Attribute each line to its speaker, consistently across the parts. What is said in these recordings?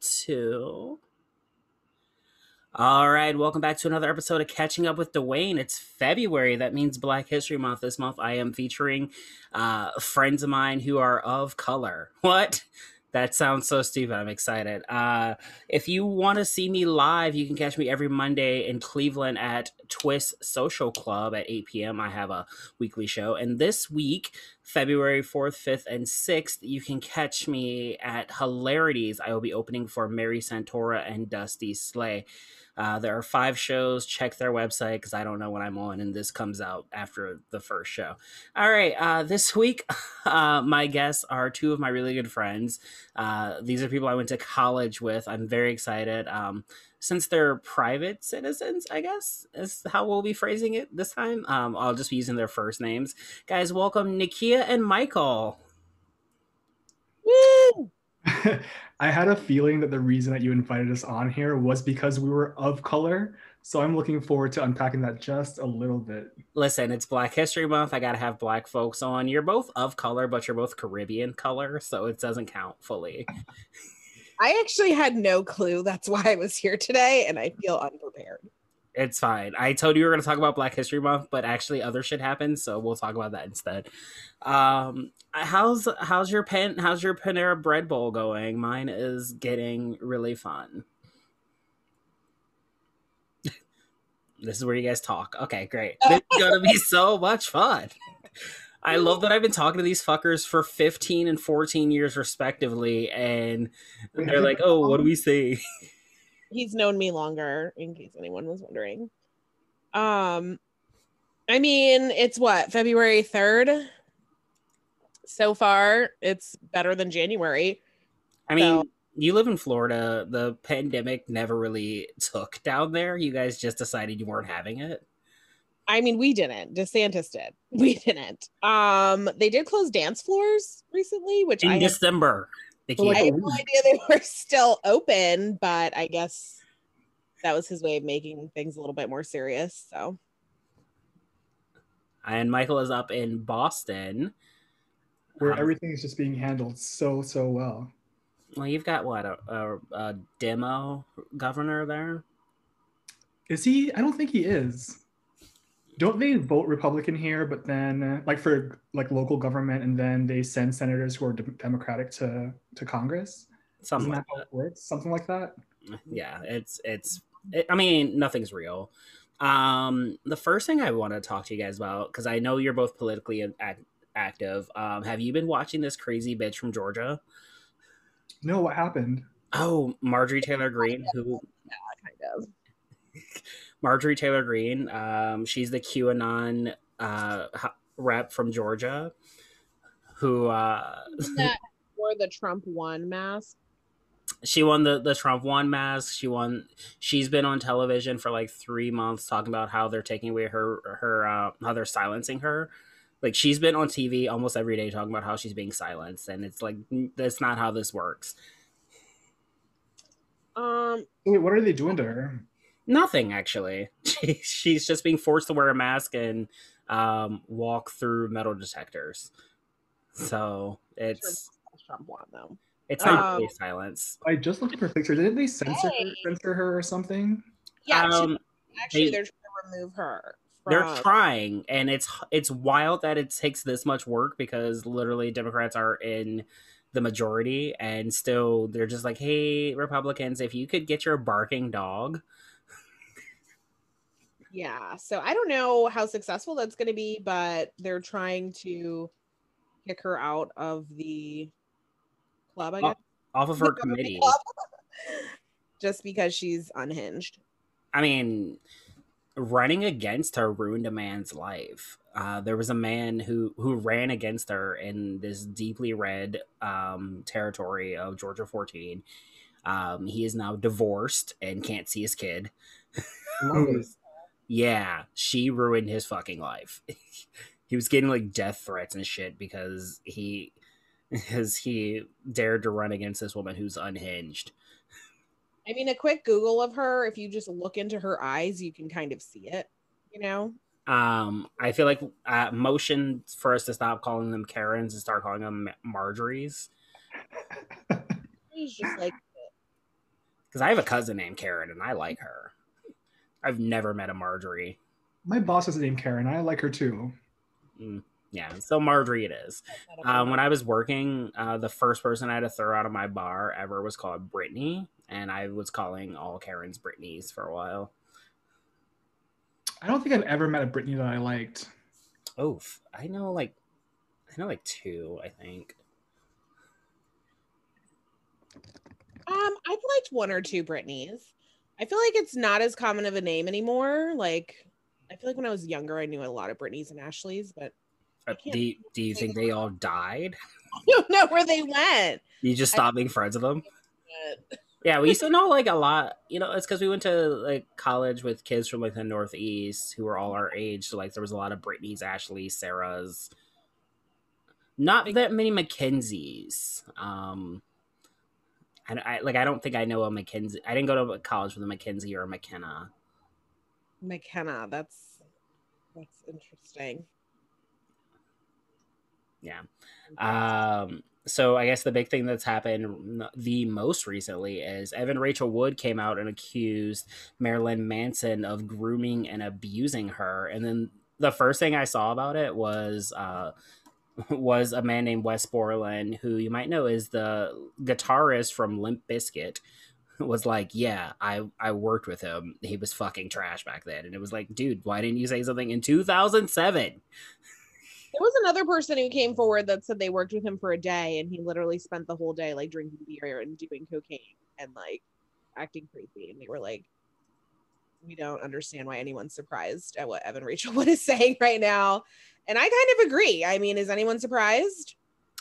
Speaker 1: two. All right, welcome back to another episode of Catching Up with Dwayne. It's February. That means Black History Month. This month, I am featuring uh, friends of mine who are of color. What? That sounds so stupid. I'm excited. Uh, if you want to see me live, you can catch me every Monday in Cleveland at Twist Social Club at 8 p.m. I have a weekly show. And this week, February 4th, 5th, and 6th, you can catch me at Hilarities. I will be opening for Mary Santora and Dusty Slay. Uh, there are five shows. Check their website because I don't know when I'm on, and this comes out after the first show. All right. Uh, this week, uh, my guests are two of my really good friends. Uh, these are people I went to college with. I'm very excited. Um, since they're private citizens, I guess is how we'll be phrasing it this time. Um, I'll just be using their first names. Guys, welcome Nikia and Michael.
Speaker 2: Woo!
Speaker 3: I had a feeling that the reason that you invited us on here was because we were of color. So I'm looking forward to unpacking that just a little bit.
Speaker 1: Listen, it's Black History Month. I got to have black folks on. You're both of color, but you're both Caribbean color, so it doesn't count fully.
Speaker 2: I actually had no clue. That's why I was here today, and I feel unprepared.
Speaker 1: It's fine. I told you we were going to talk about Black History Month, but actually other shit happened, so we'll talk about that instead. Um, how's how's your pen how's your Panera Bread bowl going? Mine is getting really fun. this is where you guys talk. Okay, great. This is going to be so much fun. I love that I've been talking to these fuckers for 15 and 14 years respectively and they're like, "Oh, what do we see?"
Speaker 2: He's known me longer, in case anyone was wondering. Um, I mean, it's what February third. So far, it's better than January.
Speaker 1: I mean,
Speaker 2: So-
Speaker 1: you live in Florida. The pandemic never really took down there. You guys just decided you weren't having it.
Speaker 2: I mean, we didn't. DeSantis did. We didn't. Um, they did close dance floors recently, which
Speaker 1: In
Speaker 2: I had
Speaker 1: December, they
Speaker 3: Well,
Speaker 1: came.
Speaker 2: I had no idea they were still open, but I guess that was his way of making things a little bit more serious. So
Speaker 1: and Michael is up in Boston.
Speaker 3: Where
Speaker 1: Um,
Speaker 3: everything is just being handled so, so well.
Speaker 1: well, you've got what a, a, a demo governor there.
Speaker 3: Is he? I don't think he is. Don't they vote Republican here, but then uh, like for like local government, and then they send senators who are de- Democratic to to Congress?
Speaker 1: Something
Speaker 3: Isn't
Speaker 1: like
Speaker 3: that how it works? Something like that.
Speaker 1: yeah it's it's it, i mean nothing's real um the first thing i want to talk to you guys about because i know you're both politically ac active um have you been watching this crazy bitch from georgia
Speaker 3: No, what happened?
Speaker 1: oh marjorie taylor green who
Speaker 2: kind of.
Speaker 1: marjorie taylor green um she's the qanon uh ho- rep from georgia who uh
Speaker 2: That wore the Trump one mask.
Speaker 1: she won the the Trump one mask. She won. She's been on television for like three months talking about how they're taking away her her uh, how they're silencing her. Like she's been on TV almost every day talking about how she's being silenced, and it's like n- that's not how this works.
Speaker 2: Um,
Speaker 3: Wait, what are they doing to her?
Speaker 1: Nothing actually. She, she's just being forced to wear a mask and um, walk through metal detectors. So it's
Speaker 2: Trump one though.
Speaker 1: it's not
Speaker 2: Um,
Speaker 1: really silence.
Speaker 3: I just looked at her picture. Didn't they censor
Speaker 2: Hey.
Speaker 3: censor her or something?
Speaker 2: Yeah, she-
Speaker 1: Um,
Speaker 2: actually,
Speaker 1: they-
Speaker 2: they, are trying to remove her.
Speaker 1: they're
Speaker 2: from-
Speaker 1: trying and it's it's wild that it takes this much work because literally democrats are in the majority and still they're just like hey republicans if you could get your barking dog
Speaker 2: Yeah, so I don't know how successful that's going to be, but they're trying to kick her out of the club. I guess
Speaker 1: off of her committee
Speaker 2: just because she's unhinged.
Speaker 1: i mean running against her ruined a man's life uh, there was a man who who ran against her in this deeply red um, territory of georgia 14 um, he is now divorced and can't see his kid
Speaker 3: Love it.
Speaker 1: Yeah, she ruined his fucking life. he was getting like death threats and shit because he because he dared to run against this woman who's unhinged.
Speaker 2: I mean, a quick Google of her, if you just look into her eyes, you can kind of see it, you know?
Speaker 1: Um, I feel like uh, motion for us to stop calling them Karens and start calling them Ma- Marjories.
Speaker 2: She's just like
Speaker 1: Because I have a cousin named Karen and I like her. I've never met a Marjorie.
Speaker 3: My boss is named Karen. I like her too.
Speaker 1: Yeah, so Marjorie it is. Um, when I was working, uh, the first person I had to throw out of my bar ever was called Brittany, and I was calling all Karens Brittany's for a while.
Speaker 3: I don't think I've ever met a Brittany that I liked.
Speaker 1: Oof, I know like, I know like two, I think.
Speaker 2: Um, I've liked one or two Britneys. I feel like it's not as common of a name anymore. Like, I feel like when I was younger, I knew a lot of Britneys and Ashleys, but
Speaker 1: Uh,
Speaker 2: can't
Speaker 1: Do you, do you think they all died?
Speaker 2: I don't know where they went.
Speaker 1: You just
Speaker 2: I-
Speaker 1: stopped being friends with them?
Speaker 2: But
Speaker 1: Yeah, we used to know like a lot. You know, it's because we went to like college with kids from like the Northeast who were all our age. So like there was a lot of Brittany's, Ashley's, Sarah's. Not that many Mackenzies. Um, I, I like I don't think I know a Mackenzie. I didn't go to college with a Mackenzie or a McKenna.
Speaker 2: McKenna, that's that's interesting.
Speaker 1: Um, so I guess the big thing that's happened the most recently is Evan Rachel Wood came out and accused Marilyn Manson of grooming and abusing her, and then the first thing I saw about it was uh, was a man named Wes Borland, who you might know is the guitarist from Limp Bizkit. Was like, yeah, I I worked with him. He was fucking trash back then, and it was like, dude, why didn't you say something in two thousand seven?
Speaker 2: There was another person who came forward that said they worked with him for a day, and he literally spent the whole day like drinking beer and doing cocaine and like acting crazy. And they were like, "We don't understand why anyone's surprised at what Evan Rachel Wood is saying right now." And I kind of agree. I mean, is anyone surprised?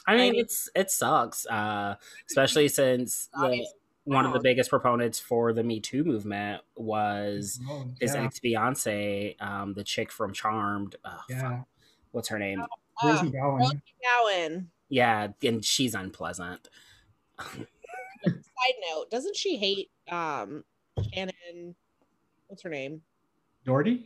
Speaker 1: I mean,
Speaker 2: mean-
Speaker 1: it's it sucks, uh, especially since the,
Speaker 2: Obviously
Speaker 1: one of the
Speaker 2: wrong.
Speaker 1: biggest proponents for the Me Too movement was
Speaker 3: Oh,
Speaker 1: his
Speaker 3: yeah,
Speaker 1: ex Beyonce, um, the chick from Charmed. Uh,
Speaker 3: yeah.
Speaker 1: What's her name?
Speaker 2: Ah,
Speaker 3: Rosie Gowan.
Speaker 2: Gowan.
Speaker 1: Yeah, and she's unpleasant.
Speaker 2: Side note: Doesn't she hate um Shannon? What's her name?
Speaker 3: Doherty?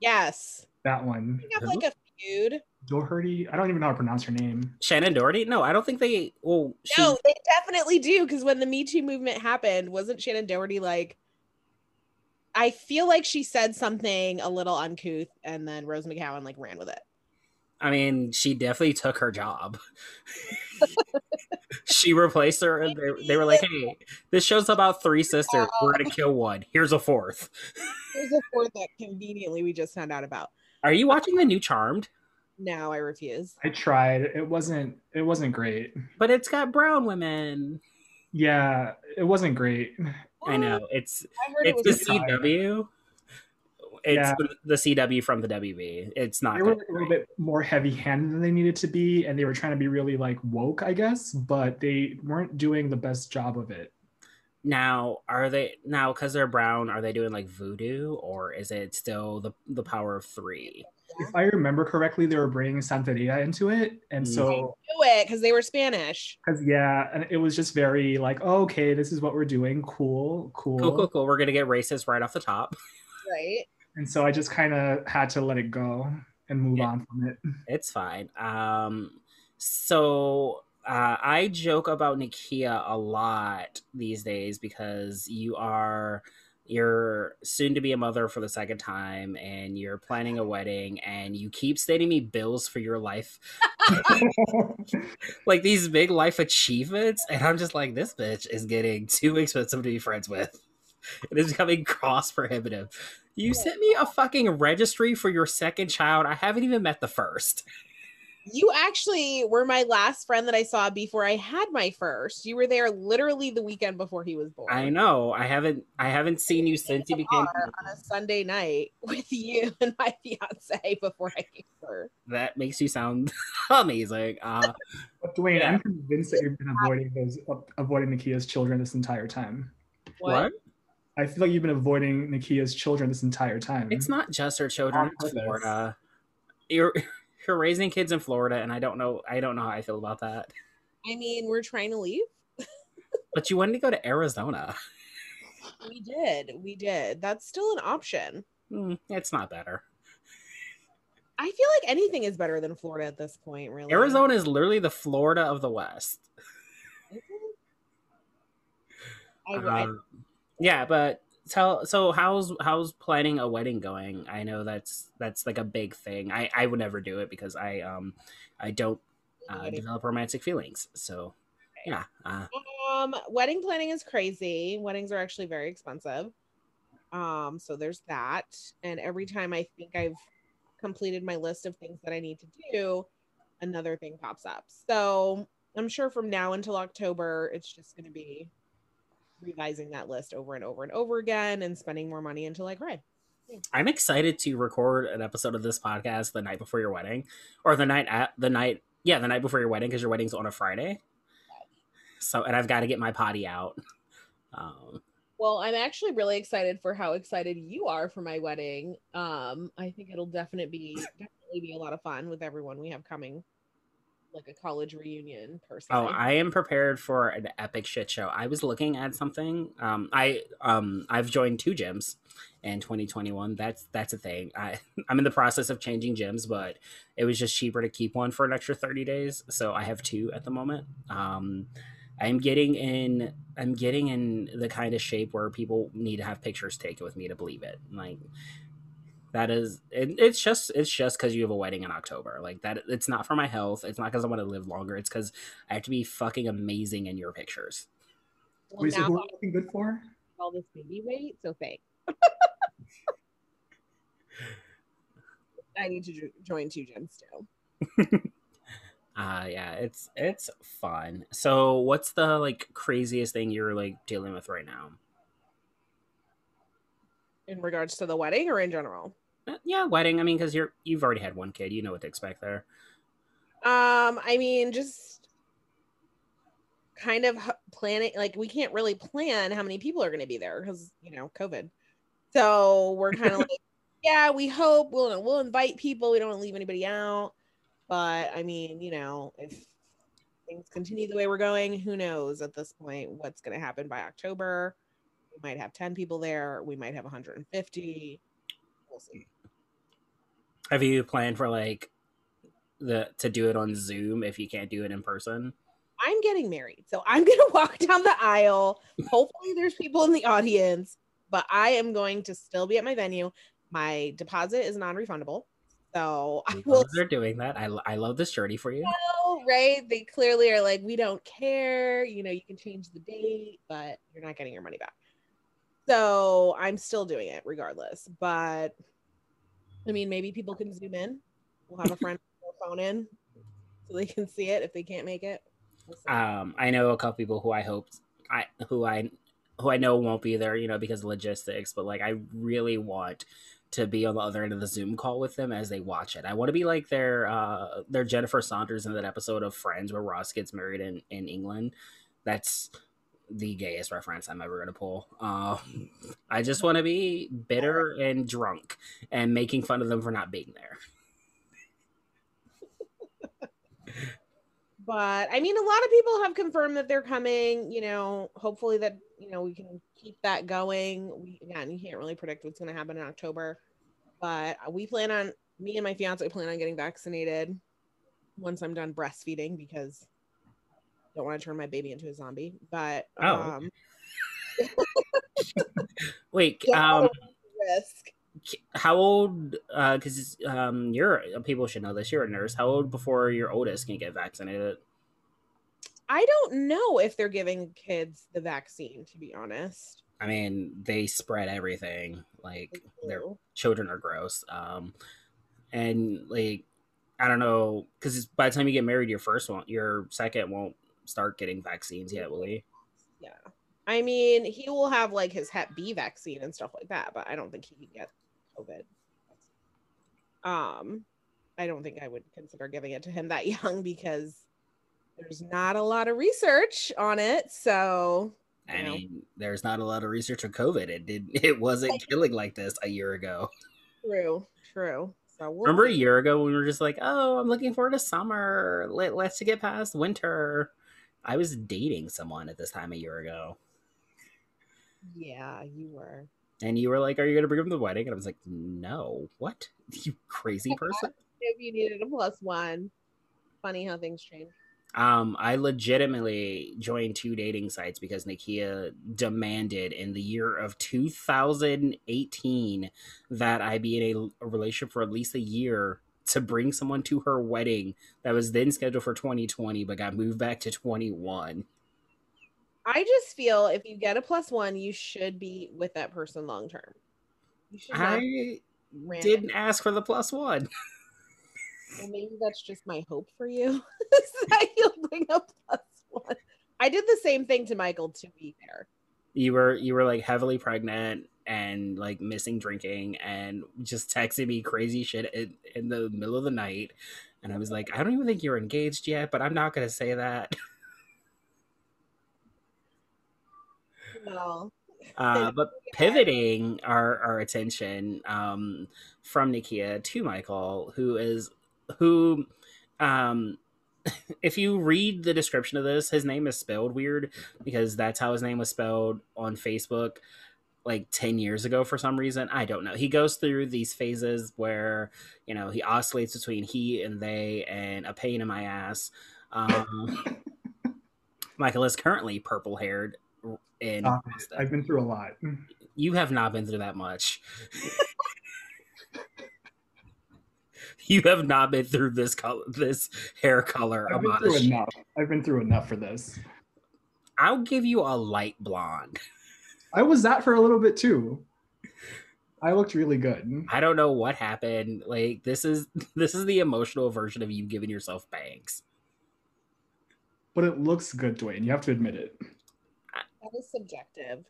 Speaker 2: Yes,
Speaker 3: That one.
Speaker 2: they have like a feud.
Speaker 3: Doherty? I don't even know how to pronounce her name.
Speaker 1: Shannon Doherty? No, I don't think they. Well, she,
Speaker 2: No, they definitely do. Because when the Me Too movement happened, wasn't Shannon Doherty like? I feel like she said something a little uncouth, and then Rose McGowan like ran with it.
Speaker 1: I mean, she definitely took her job. she replaced her, and they, they were like, "Hey, this show's about three sisters. We're gonna kill one. Here's a fourth.
Speaker 2: There's a word that conveniently we just found out about.
Speaker 1: Are you watching the new Charmed?
Speaker 2: Now I refuse.
Speaker 3: I tried. It wasn't it wasn't great.
Speaker 1: But it's got brown women.
Speaker 3: Yeah, it wasn't great.
Speaker 1: I know it's
Speaker 2: I heard
Speaker 1: it's
Speaker 2: it
Speaker 1: the
Speaker 2: was.
Speaker 3: just- good.
Speaker 1: CW. It's
Speaker 3: Yeah.
Speaker 1: the- the CW from the WB. It's not.
Speaker 3: They were
Speaker 1: good.
Speaker 3: a little bit more heavy handed than they needed to be, and they were trying to be really like woke, I guess, but they weren't doing the best job of it.
Speaker 1: Now, are they now because they're brown? Are they doing like voodoo, or is it still the the power of three?
Speaker 3: If I remember correctly, they were bringing Santeria into it. And so,
Speaker 2: Do it because they were Spanish.
Speaker 3: because yeah, and it was just very like, oh, okay, this is what we're doing. Cool, cool.
Speaker 1: Cool, cool, cool. We're gonna get racist right off the top.
Speaker 2: Right.
Speaker 3: And so I just kind of had to let it go and move
Speaker 1: Yeah.
Speaker 3: on from it.
Speaker 1: It's fine. Um, so uh, I joke about Nikia a lot these days because you are you're soon to be a mother for the second time and you're planning a wedding and you keep stating me bills for your life like these big life achievements and i'm just like this bitch is getting too expensive to be friends with it is becoming cost prohibitive you sent me a fucking registry for your second child i haven't even met the first
Speaker 2: You actually were my last friend that I saw before I had my first. You were there literally the weekend before he was born.
Speaker 1: I know. I haven't. I haven't seen you since you became.
Speaker 2: bar on a Sunday night with you and my fiance before I came over.
Speaker 1: That makes you sound amazing. Uh,
Speaker 3: But Dwayne,
Speaker 1: Yeah.
Speaker 3: I'm convinced that you've been avoiding those uh, avoiding Nikia's children this entire time.
Speaker 1: what?
Speaker 3: I feel like you've been avoiding Nikia's children this entire time.
Speaker 1: It's not just her children.
Speaker 3: On
Speaker 1: It's
Speaker 3: purpose.
Speaker 1: Florida. You're you're raising kids in Florida, and I don't know. I don't know how I feel about that.
Speaker 2: I mean, we're trying to leave.
Speaker 1: But you wanted to go to Arizona.
Speaker 2: We did. We did. That's still an option.
Speaker 1: Hmm, it's not better.
Speaker 2: I feel like anything is better than Florida at this point, really.
Speaker 1: Arizona is literally the Florida of the West.
Speaker 2: Is it? I, I
Speaker 1: Um, yeah, but tell so how's how's planning a wedding going? I know that's that's like a big thing. I I would never do it because I um I don't uh, develop romantic feelings. So yeah, uh,
Speaker 2: Um, wedding planning is crazy. Weddings are actually very expensive. Um, so there's that. And every time I think I've completed my list of things that I need to do, another thing pops up. So I'm sure from now until October, it's just going to be revising that list over and over and over again and spending more money until I cry.
Speaker 1: I'm excited to record an episode of this podcast the night before your wedding, or the night at the night. Yeah, the night before your wedding because your wedding's on a Friday. So and I've got to get my potty out. Um,
Speaker 2: Well, I'm actually really excited for how excited you are for my wedding. Um, I think it'll definitely be definitely be a lot of fun with everyone we have coming, like a college reunion person.
Speaker 1: Oh, I am prepared for an epic shit show. I was looking at something. Um, I um, I've joined two gyms in 2021. That's that's a thing. I I'm in the process of changing gyms, but it was just cheaper to keep one for an extra 30 days. So I have two at the moment. Um, I'm getting in. I'm getting in the kind of shape where people need to have pictures taken with me to believe it. Like that is it, it's just it's just because you have a wedding in october like that it's not for my health it's not because i want to live longer it's because i have to be fucking amazing in your pictures
Speaker 2: well,
Speaker 3: Wait, so
Speaker 2: now
Speaker 3: who are
Speaker 2: I
Speaker 3: we looking good for?
Speaker 2: have all this baby weight, so thanks. I need to jo- join two gyms too.
Speaker 1: uh yeah it's it's fun so what's the like craziest thing you're like dealing with right now
Speaker 2: In regards to the wedding or in general?
Speaker 1: Uh, yeah wedding i mean because you're you've already had one kid you know what to expect there
Speaker 2: Um, I mean, just kind of h- planning. Like, we can't really plan how many people are going to be there because you know COVID. So we're kind of like, yeah, we hope we'll we'll invite people. We don't want to leave anybody out. But I mean, you know, if things continue the way we're going, who knows at this point what's going to happen by October? We might have ten people there. We might have 150. We'll see.
Speaker 1: have you planned for like the to do it on zoom if you can't do it in person
Speaker 2: I'm getting married. So I'm going to walk down the aisle. Hopefully, there's people in the audience, but I am going to still be at my venue. My deposit is non refundable. So I will
Speaker 1: they're doing that I, lo- I love this journey for you
Speaker 2: still, right? They clearly are like, we don't care. You know, you can change the date, but you're not getting your money back. So I'm still doing it regardless. But I mean, maybe people can zoom in. We'll have a friend phone in so they can see it if they can't make it. We'll see.
Speaker 1: um i know a couple people who i hope i who i who i know won't be there you know because of logistics but like i really want to be on the other end of the zoom call with them as they watch it i want to be like their uh their jennifer saunders in that episode of friends where ross gets married in in england that's the gayest reference i'm ever gonna pull um i just want to be bitter and drunk and making fun of them for not being there
Speaker 2: but I mean, a lot of people have confirmed that they're coming. You know, hopefully that you know we can keep that going. We again, you can't really predict what's going to happen in October, but we plan on me and my fiance plan on getting vaccinated once I'm done breastfeeding because I don't want to turn my baby into a zombie. But
Speaker 1: Oh,
Speaker 2: um,
Speaker 1: wait
Speaker 2: don't
Speaker 1: um
Speaker 2: wanna risk.
Speaker 1: how old because um you're people should know this you're a nurse how old before your oldest can get vaccinated
Speaker 2: I don't know if they're giving kids the vaccine. To be honest,
Speaker 1: i mean they spread everything like their
Speaker 2: Ew.
Speaker 1: children are gross um and like i don't know because by the time you get married your first one your second won't start getting vaccines yet will he
Speaker 2: Yeah. I mean, he will have like his Hep B vaccine and stuff like that, but I don't think he can get COVID. Um, I don't think I would consider giving it to him that young because there's not a lot of research on it. So,
Speaker 1: i
Speaker 2: No.
Speaker 1: mean there's not a lot of research on covid it did it wasn't killing like this a year ago
Speaker 2: true, true. So, we'll
Speaker 1: remember a
Speaker 2: see.
Speaker 1: year ago when we were just like, "Oh, I'm looking forward to summer. Let, let's get past winter." I was dating someone at this time a year ago,
Speaker 2: Yeah, you were.
Speaker 1: and you were like, "Are you going to bring him to the wedding?" And I was like, "No. What? You crazy person."
Speaker 2: If you needed a plus one, funny how things change.
Speaker 1: Um, I legitimately joined two dating sites because Nikia demanded in the year of 2018 that I be in a, a relationship for at least a year to bring someone to her wedding that was then scheduled for 2020 but got moved back to 21.
Speaker 2: I just feel if you get a plus one, you should be with that person long term. You should not
Speaker 1: I
Speaker 2: random.
Speaker 1: didn't ask for the plus one.
Speaker 2: Well, maybe that's just my hope for you is that you'll bring up plus one. I did the same thing to Michael to be there.
Speaker 1: You were you were like heavily pregnant and like missing drinking and just texted me crazy shit in, in the middle of the night. And I was like, I don't even think you're engaged yet, but I'm not gonna say that.
Speaker 2: Well,
Speaker 1: Uh, but pivoting our, our attention um, from Nikia to Michael, who is who, um, if you read the description of this, his name is spelled weird because that's how his name was spelled on Facebook like 10 years ago for some reason. I don't know. He goes through these phases where, you know, he oscillates between he and they and a pain in my ass. Um, Michael is currently purple haired. And
Speaker 3: Stop I've been through a lot.
Speaker 1: you have not been through that much. you have not been through this color, this hair color
Speaker 3: I've been
Speaker 1: amount of
Speaker 3: through
Speaker 1: shit.
Speaker 3: enough. I've been through enough for this.
Speaker 1: I'll give you a light blonde.
Speaker 3: I was that for a little bit too. I looked really good.
Speaker 1: I don't know what happened. Like this is this is the emotional version of you giving yourself bangs.
Speaker 3: But it looks good, Dwayne. You have to admit it.
Speaker 2: that is subjective.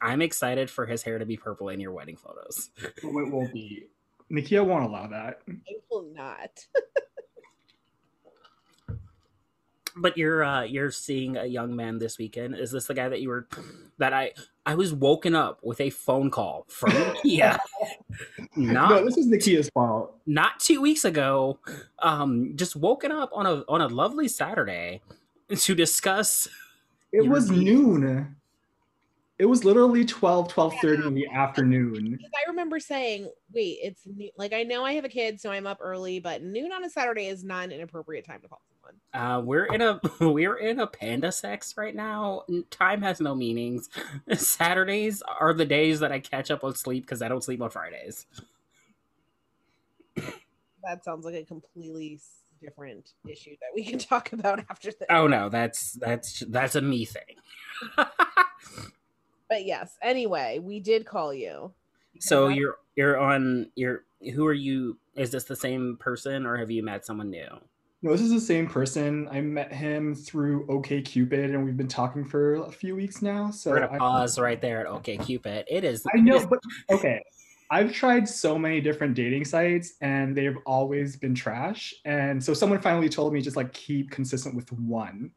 Speaker 1: I'm excited for his hair to be purple in your wedding photos.
Speaker 3: Well, Oh, it will be. Nikia won't allow that.
Speaker 2: I will not.
Speaker 1: But you're uh you're seeing a young man this weekend. Is this the guy that you were that I I was woken up with a phone call from Ikea. Not
Speaker 3: No, this is Nikia's fault.
Speaker 1: not two weeks ago, um, just woken up on a on a lovely Saturday to discuss.
Speaker 3: It
Speaker 1: You
Speaker 3: was
Speaker 1: repeat.
Speaker 3: noon. It was literally 12, 12.30 in the afternoon.
Speaker 2: Because I remember saying, wait, it's new. Like, I know I have a kid, so I'm up early, but noon on a Saturday is not an inappropriate time to call someone.
Speaker 1: Uh, we're in a we're in a panda sex right now. Time has no meanings. Saturdays are the days that I catch up on sleep because I don't sleep on Fridays.
Speaker 2: That sounds like a completely s- different issue that we can talk about after this.
Speaker 1: Oh no, that's that's that's a me thing.
Speaker 2: But yes, anyway, we did call you.
Speaker 1: so
Speaker 2: Because I-
Speaker 1: you're you're on you're who are you? Is this the same person or have you met someone new?
Speaker 3: No, this is the same person. I met him through OKCupid, and we've been talking for a few weeks now. So
Speaker 1: We're gonna
Speaker 3: I-
Speaker 1: pause right there at OK Cupid. It is
Speaker 3: I know, but okay. I've tried so many different dating sites and they've always been trash. And so someone finally told me just like keep consistent with one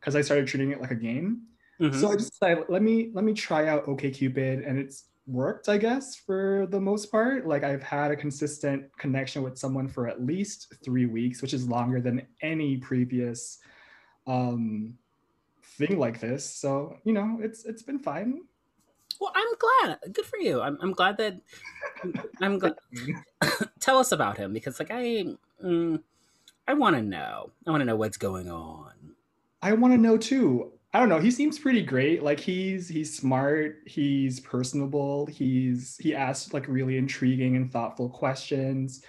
Speaker 3: because I started treating it like a game.
Speaker 1: Mhm.
Speaker 3: So I just decided let me let me try out OKCupid and it's worked, I guess, for the most part. Like I've had a consistent connection with someone for at least three weeks, which is longer than any previous um thing like this. So, you know, it's it's been fine.
Speaker 1: Well, I'm glad. Good for you. I'm, I'm glad that. I'm glad. Tell us about him because, like, I, mm, I want to know. I want to know what's going on.
Speaker 3: I want to know too. I don't know. He seems pretty great. Like he's he's smart. He's personable. He's he asks like really intriguing and thoughtful questions.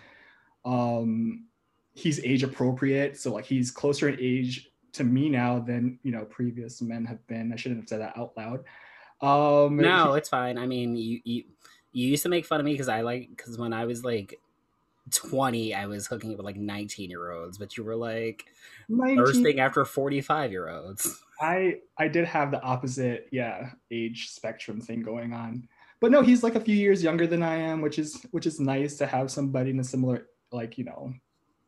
Speaker 3: Um, he's age appropriate. So like he's closer in age to me now than you know previous men have been. I shouldn't have said that out loud. Um,
Speaker 1: No, it's fine. I mean, you you, you used to make fun of me because I like because when I was like twenty, I was hooking up with like nineteen year olds, but you were like
Speaker 3: my
Speaker 1: thirsting after forty five year olds.
Speaker 3: I I did have the opposite, yeah, age spectrum thing going on. But no, he's like a few years younger than I am, which is which is nice to have somebody in a similar like, you know,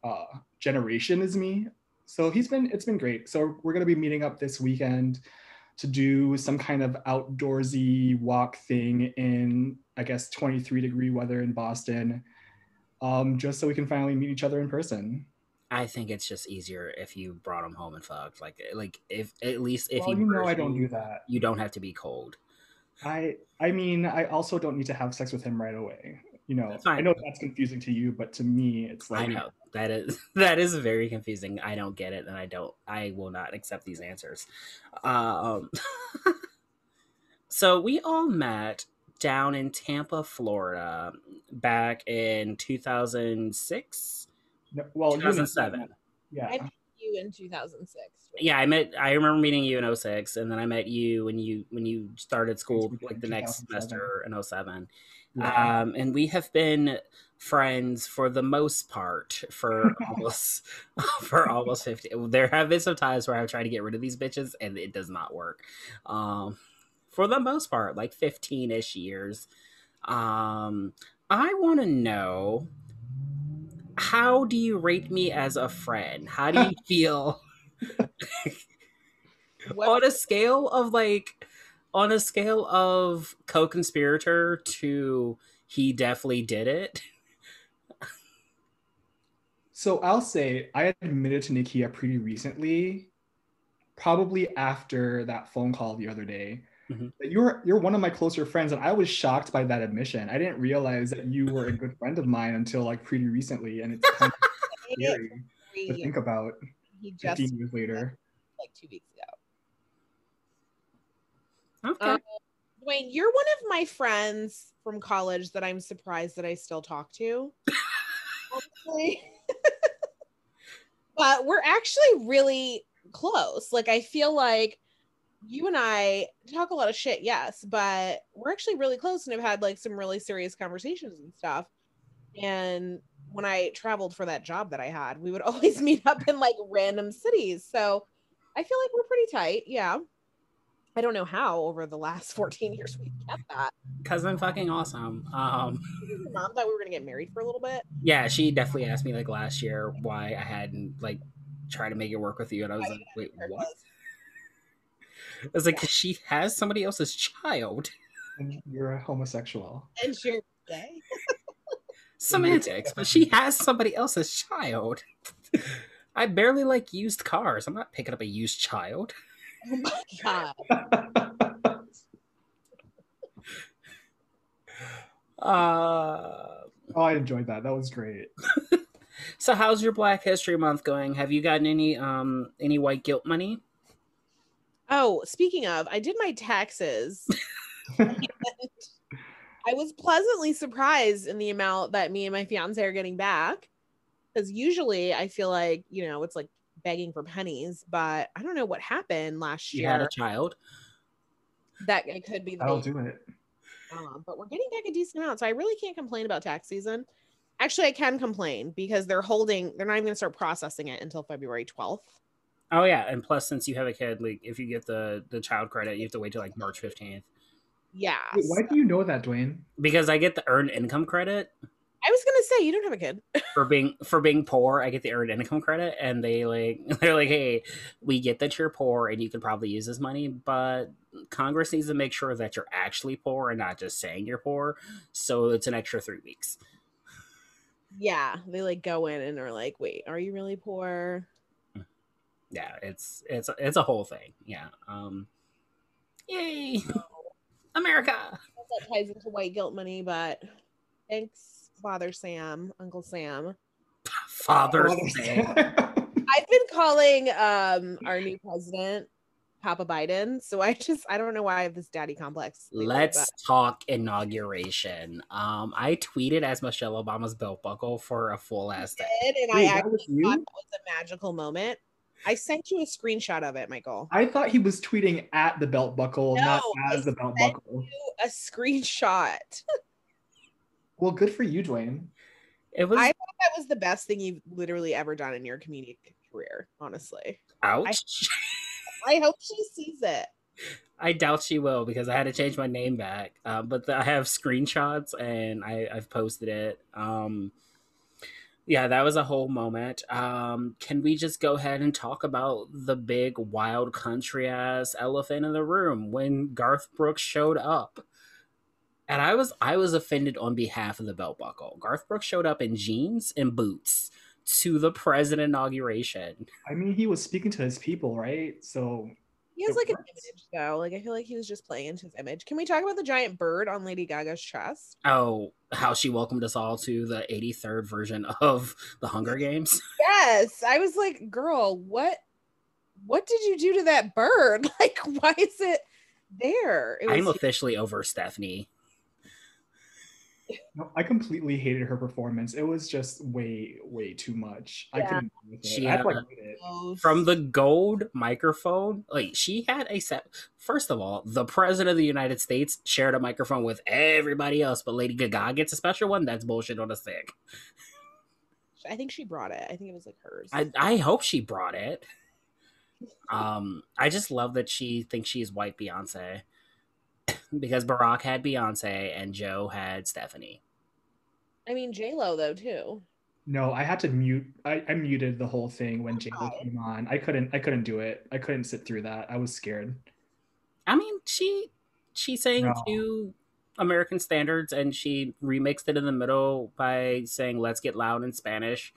Speaker 3: uh generation as me. So he's been it's been great. So we're going to be meeting up this weekend to do some kind of outdoorsy walk thing in I guess 23 degree weather in Boston. Um just so we can finally meet each other in person.
Speaker 1: I think it's just easier if you brought him home and fucked. Like like if at least if
Speaker 3: well,
Speaker 1: he
Speaker 3: you know
Speaker 1: murders
Speaker 3: I don't
Speaker 1: you,
Speaker 3: do that.
Speaker 1: You don't have to be cold.
Speaker 3: I I mean, I also don't need to have sex with him right away. you know,
Speaker 1: That's fine.
Speaker 3: I know that's confusing to you, but to me, it's like
Speaker 1: I know that is that is very confusing. I don't get it, and I don't. I will not accept these answers. Um, so we all met down in Tampa, Florida, back in two thousand six,
Speaker 3: No, well, you
Speaker 1: two
Speaker 3: and-
Speaker 1: thousand seven.
Speaker 3: Yeah,
Speaker 2: I- You in 2006.
Speaker 1: Yeah, I met. I remember meeting you in 06, and then I met you when you when you started school,
Speaker 3: Thanks, we did
Speaker 1: like the
Speaker 3: in
Speaker 1: next
Speaker 3: 2007.
Speaker 1: semester in 07.
Speaker 3: yeah.
Speaker 1: Um, and we have been friends for the most part for almost for almost 50. There have been some times where I've tried to get rid of these bitches and it does not work. Um, for the most part, like 15 ish years. Um, I want to know how do you rate me as a friend? How do you feel? on
Speaker 2: What,
Speaker 1: a scale of like on a scale of co-conspirator to he definitely did it
Speaker 3: So I'll say I admitted to Nikia pretty recently, probably after that phone call the other day.
Speaker 1: Mhm.
Speaker 3: That you're you're one of my closer friends, and I was shocked by that admission. I didn't realize that you were a good friend of mine until like pretty recently, and it's kind of scary to think about
Speaker 2: he just
Speaker 3: 15 years later.
Speaker 2: like two weeks ago.
Speaker 1: okay
Speaker 2: Um, Dwayne, you're one of my friends from college that I'm surprised that I still talk to. Honestly. but we're actually really close. Like I feel like you and I talk a lot of shit, yes, but we're actually really close and have had like some really serious conversations and stuff. And when I traveled for that job that I had, we would always meet up in like random cities. So I feel like we're pretty tight. Yeah. I don't know how over the last 14 years we kept that.
Speaker 1: because i'm fucking awesome um
Speaker 2: Your mom thought we were gonna get married for a little bit.
Speaker 1: yeah she definitely asked me like last year why i hadn't like tried to make it work with you and i was like wait
Speaker 2: Or it
Speaker 1: what
Speaker 2: was-
Speaker 1: i was like 'cause she has somebody else's child
Speaker 3: And you're a homosexual.
Speaker 2: And she gay.
Speaker 1: semantics but she has somebody else's child i barely like used cars i'm not picking up a used child
Speaker 2: Oh my god.
Speaker 1: uh
Speaker 3: oh, I enjoyed that. That was great.
Speaker 1: So how's your Black History Month going? Have you gotten any um any white guilt money?
Speaker 2: Oh, speaking of, I did my taxes. And I was pleasantly surprised in the amount that me and my fiance are getting back. Because usually I feel like, you know, it's like begging for pennies, but I don't know what happened last
Speaker 1: You
Speaker 2: year.
Speaker 1: had a child.
Speaker 2: that it could be the
Speaker 3: That'll do it.
Speaker 2: Um, but we're getting back a decent amount, so I really can't complain about tax season. Actually, I can complain because they're holding. They're not even going to start processing it until February twelfth.
Speaker 1: Oh yeah, and plus since you have a kid, like if you get the the child credit, you have to wait till like March fifteenth.
Speaker 2: Yeah,
Speaker 3: Wait, why do you know that, Dwayne?
Speaker 1: Because I get the earned income credit
Speaker 2: I was going to say you don't have a kid.
Speaker 1: for being for being poor. I get the earned income credit, and they like they're like, hey, we get that you're poor and you could probably use this money, but Congress needs to make sure that you're actually poor and not just saying you're poor. So it's an extra three weeks.
Speaker 2: Yeah, they like go in and are like, "Wait, are you really poor?"
Speaker 1: yeah, it's it's it's a whole thing. Yeah. Um Yay. America.
Speaker 2: That ties into white guilt money, but thanks, Father Sam, Uncle Sam.
Speaker 1: Father Sam.
Speaker 2: I've been calling um our new president Papa Biden, so I just I don't know why I have this daddy complex. lately,
Speaker 1: Let's
Speaker 2: but-
Speaker 1: talk inauguration. Um I tweeted as Michelle Obama's belt buckle for a full ass day.
Speaker 2: did, and I
Speaker 3: Wait,
Speaker 2: actually
Speaker 3: that was
Speaker 2: thought
Speaker 3: you?
Speaker 2: that was a magical moment. I sent you a screenshot of it, Michael.
Speaker 3: I thought he was tweeting at the belt buckle,
Speaker 2: No,
Speaker 3: not
Speaker 2: I
Speaker 3: as the belt
Speaker 2: said-
Speaker 3: buckle.
Speaker 2: A screenshot.
Speaker 3: Well, good for you, Dwayne.
Speaker 1: It was
Speaker 2: I- That was the best thing you've literally ever done in your comedic career, honestly.
Speaker 1: ouch.
Speaker 2: I hope she sees it.
Speaker 1: I, doubt she will because I had to change my name back. Uh, but the, I have screenshots and I, I've posted it. Um yeah, that was a whole moment. Um, can we just go ahead and talk about the big wild country ass elephant in the room when Garth Brooks showed up? And I was I was offended on behalf of the belt buckle. Garth Brooks showed up in jeans and boots to the president inauguration.
Speaker 3: I mean, he was speaking to his people, right? So
Speaker 2: He has
Speaker 3: It
Speaker 2: like an
Speaker 3: works.
Speaker 2: image though. Like I feel like he was just playing into his image. Can we talk about the giant bird on Lady Gaga's chest?
Speaker 1: Oh, how she welcomed us all to the 83rd version of the Hunger Games.
Speaker 2: Yes. I was like, girl, what what did you do to that bird? Like, why is it there? It
Speaker 1: I'm
Speaker 2: was
Speaker 1: officially over Stephanie.
Speaker 3: No, I completely hated her performance. It was just way, way too much. I
Speaker 2: Yeah.
Speaker 3: couldn't deal with it.
Speaker 1: She
Speaker 3: I
Speaker 1: had
Speaker 3: like
Speaker 1: a-
Speaker 3: it.
Speaker 2: so
Speaker 1: From the gold microphone, like she had a set. First of all, the president of the United States shared a microphone with everybody else, but Lady Gaga gets a special one. That's bullshit on a stick.
Speaker 2: I think she brought it. I think it was like hers.
Speaker 1: I, I hope she brought it. Um, I just love that she thinks she's white Beyonce because Barack had Beyonce and Joe had Stephanie.
Speaker 2: I mean J Lo though too.
Speaker 3: No, I had to mute. I, I muted the whole thing when J
Speaker 2: Why?
Speaker 3: came on. I couldn't. I couldn't do it. I couldn't sit through that. I was scared.
Speaker 1: I mean, she she sang
Speaker 3: No.
Speaker 1: to American standards and she remixed it in the middle by saying "Let's get loud" in Spanish,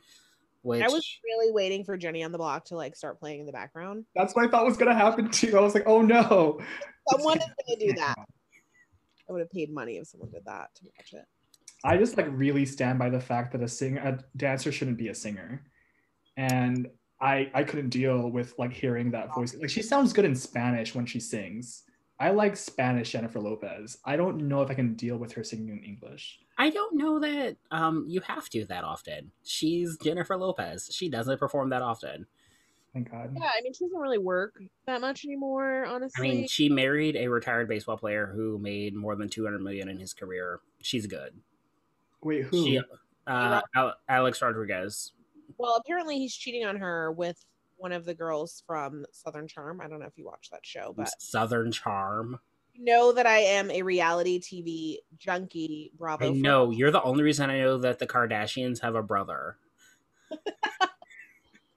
Speaker 1: which
Speaker 2: I was really waiting for Jenny on the block to like start playing in the background.
Speaker 3: That's what I thought was gonna happen too. I was like, oh no.
Speaker 2: Someone is gonna do that. I would have paid money if someone did that to watch it.
Speaker 3: I just like really stand by the fact that a singer, a dancer shouldn't be a singer, and I I couldn't deal with like hearing that voice. Like she sounds good in Spanish when she sings. I like Spanish Jennifer Lopez. I don't know if I can deal with her singing in English.
Speaker 1: I don't know that um you have to that often. She's Jennifer Lopez. She doesn't perform that often.
Speaker 3: Thank God.
Speaker 2: Yeah, I mean she doesn't really work that much anymore,
Speaker 1: I
Speaker 2: honestly.
Speaker 1: mean, she married a retired baseball player who made more than 200 million in his career. She's good.
Speaker 3: Wait, who?
Speaker 1: She, uh, Al- Alex Rodriguez.
Speaker 2: well, apparently he's cheating on her with one of the girls from Southern Charm. I don't know if you watch that show, but
Speaker 1: Southern Charm.
Speaker 2: you know that I am a reality TV junkie. Bravo.
Speaker 1: I
Speaker 2: fan.
Speaker 1: know you're the only reason I know that the Kardashians have a brother.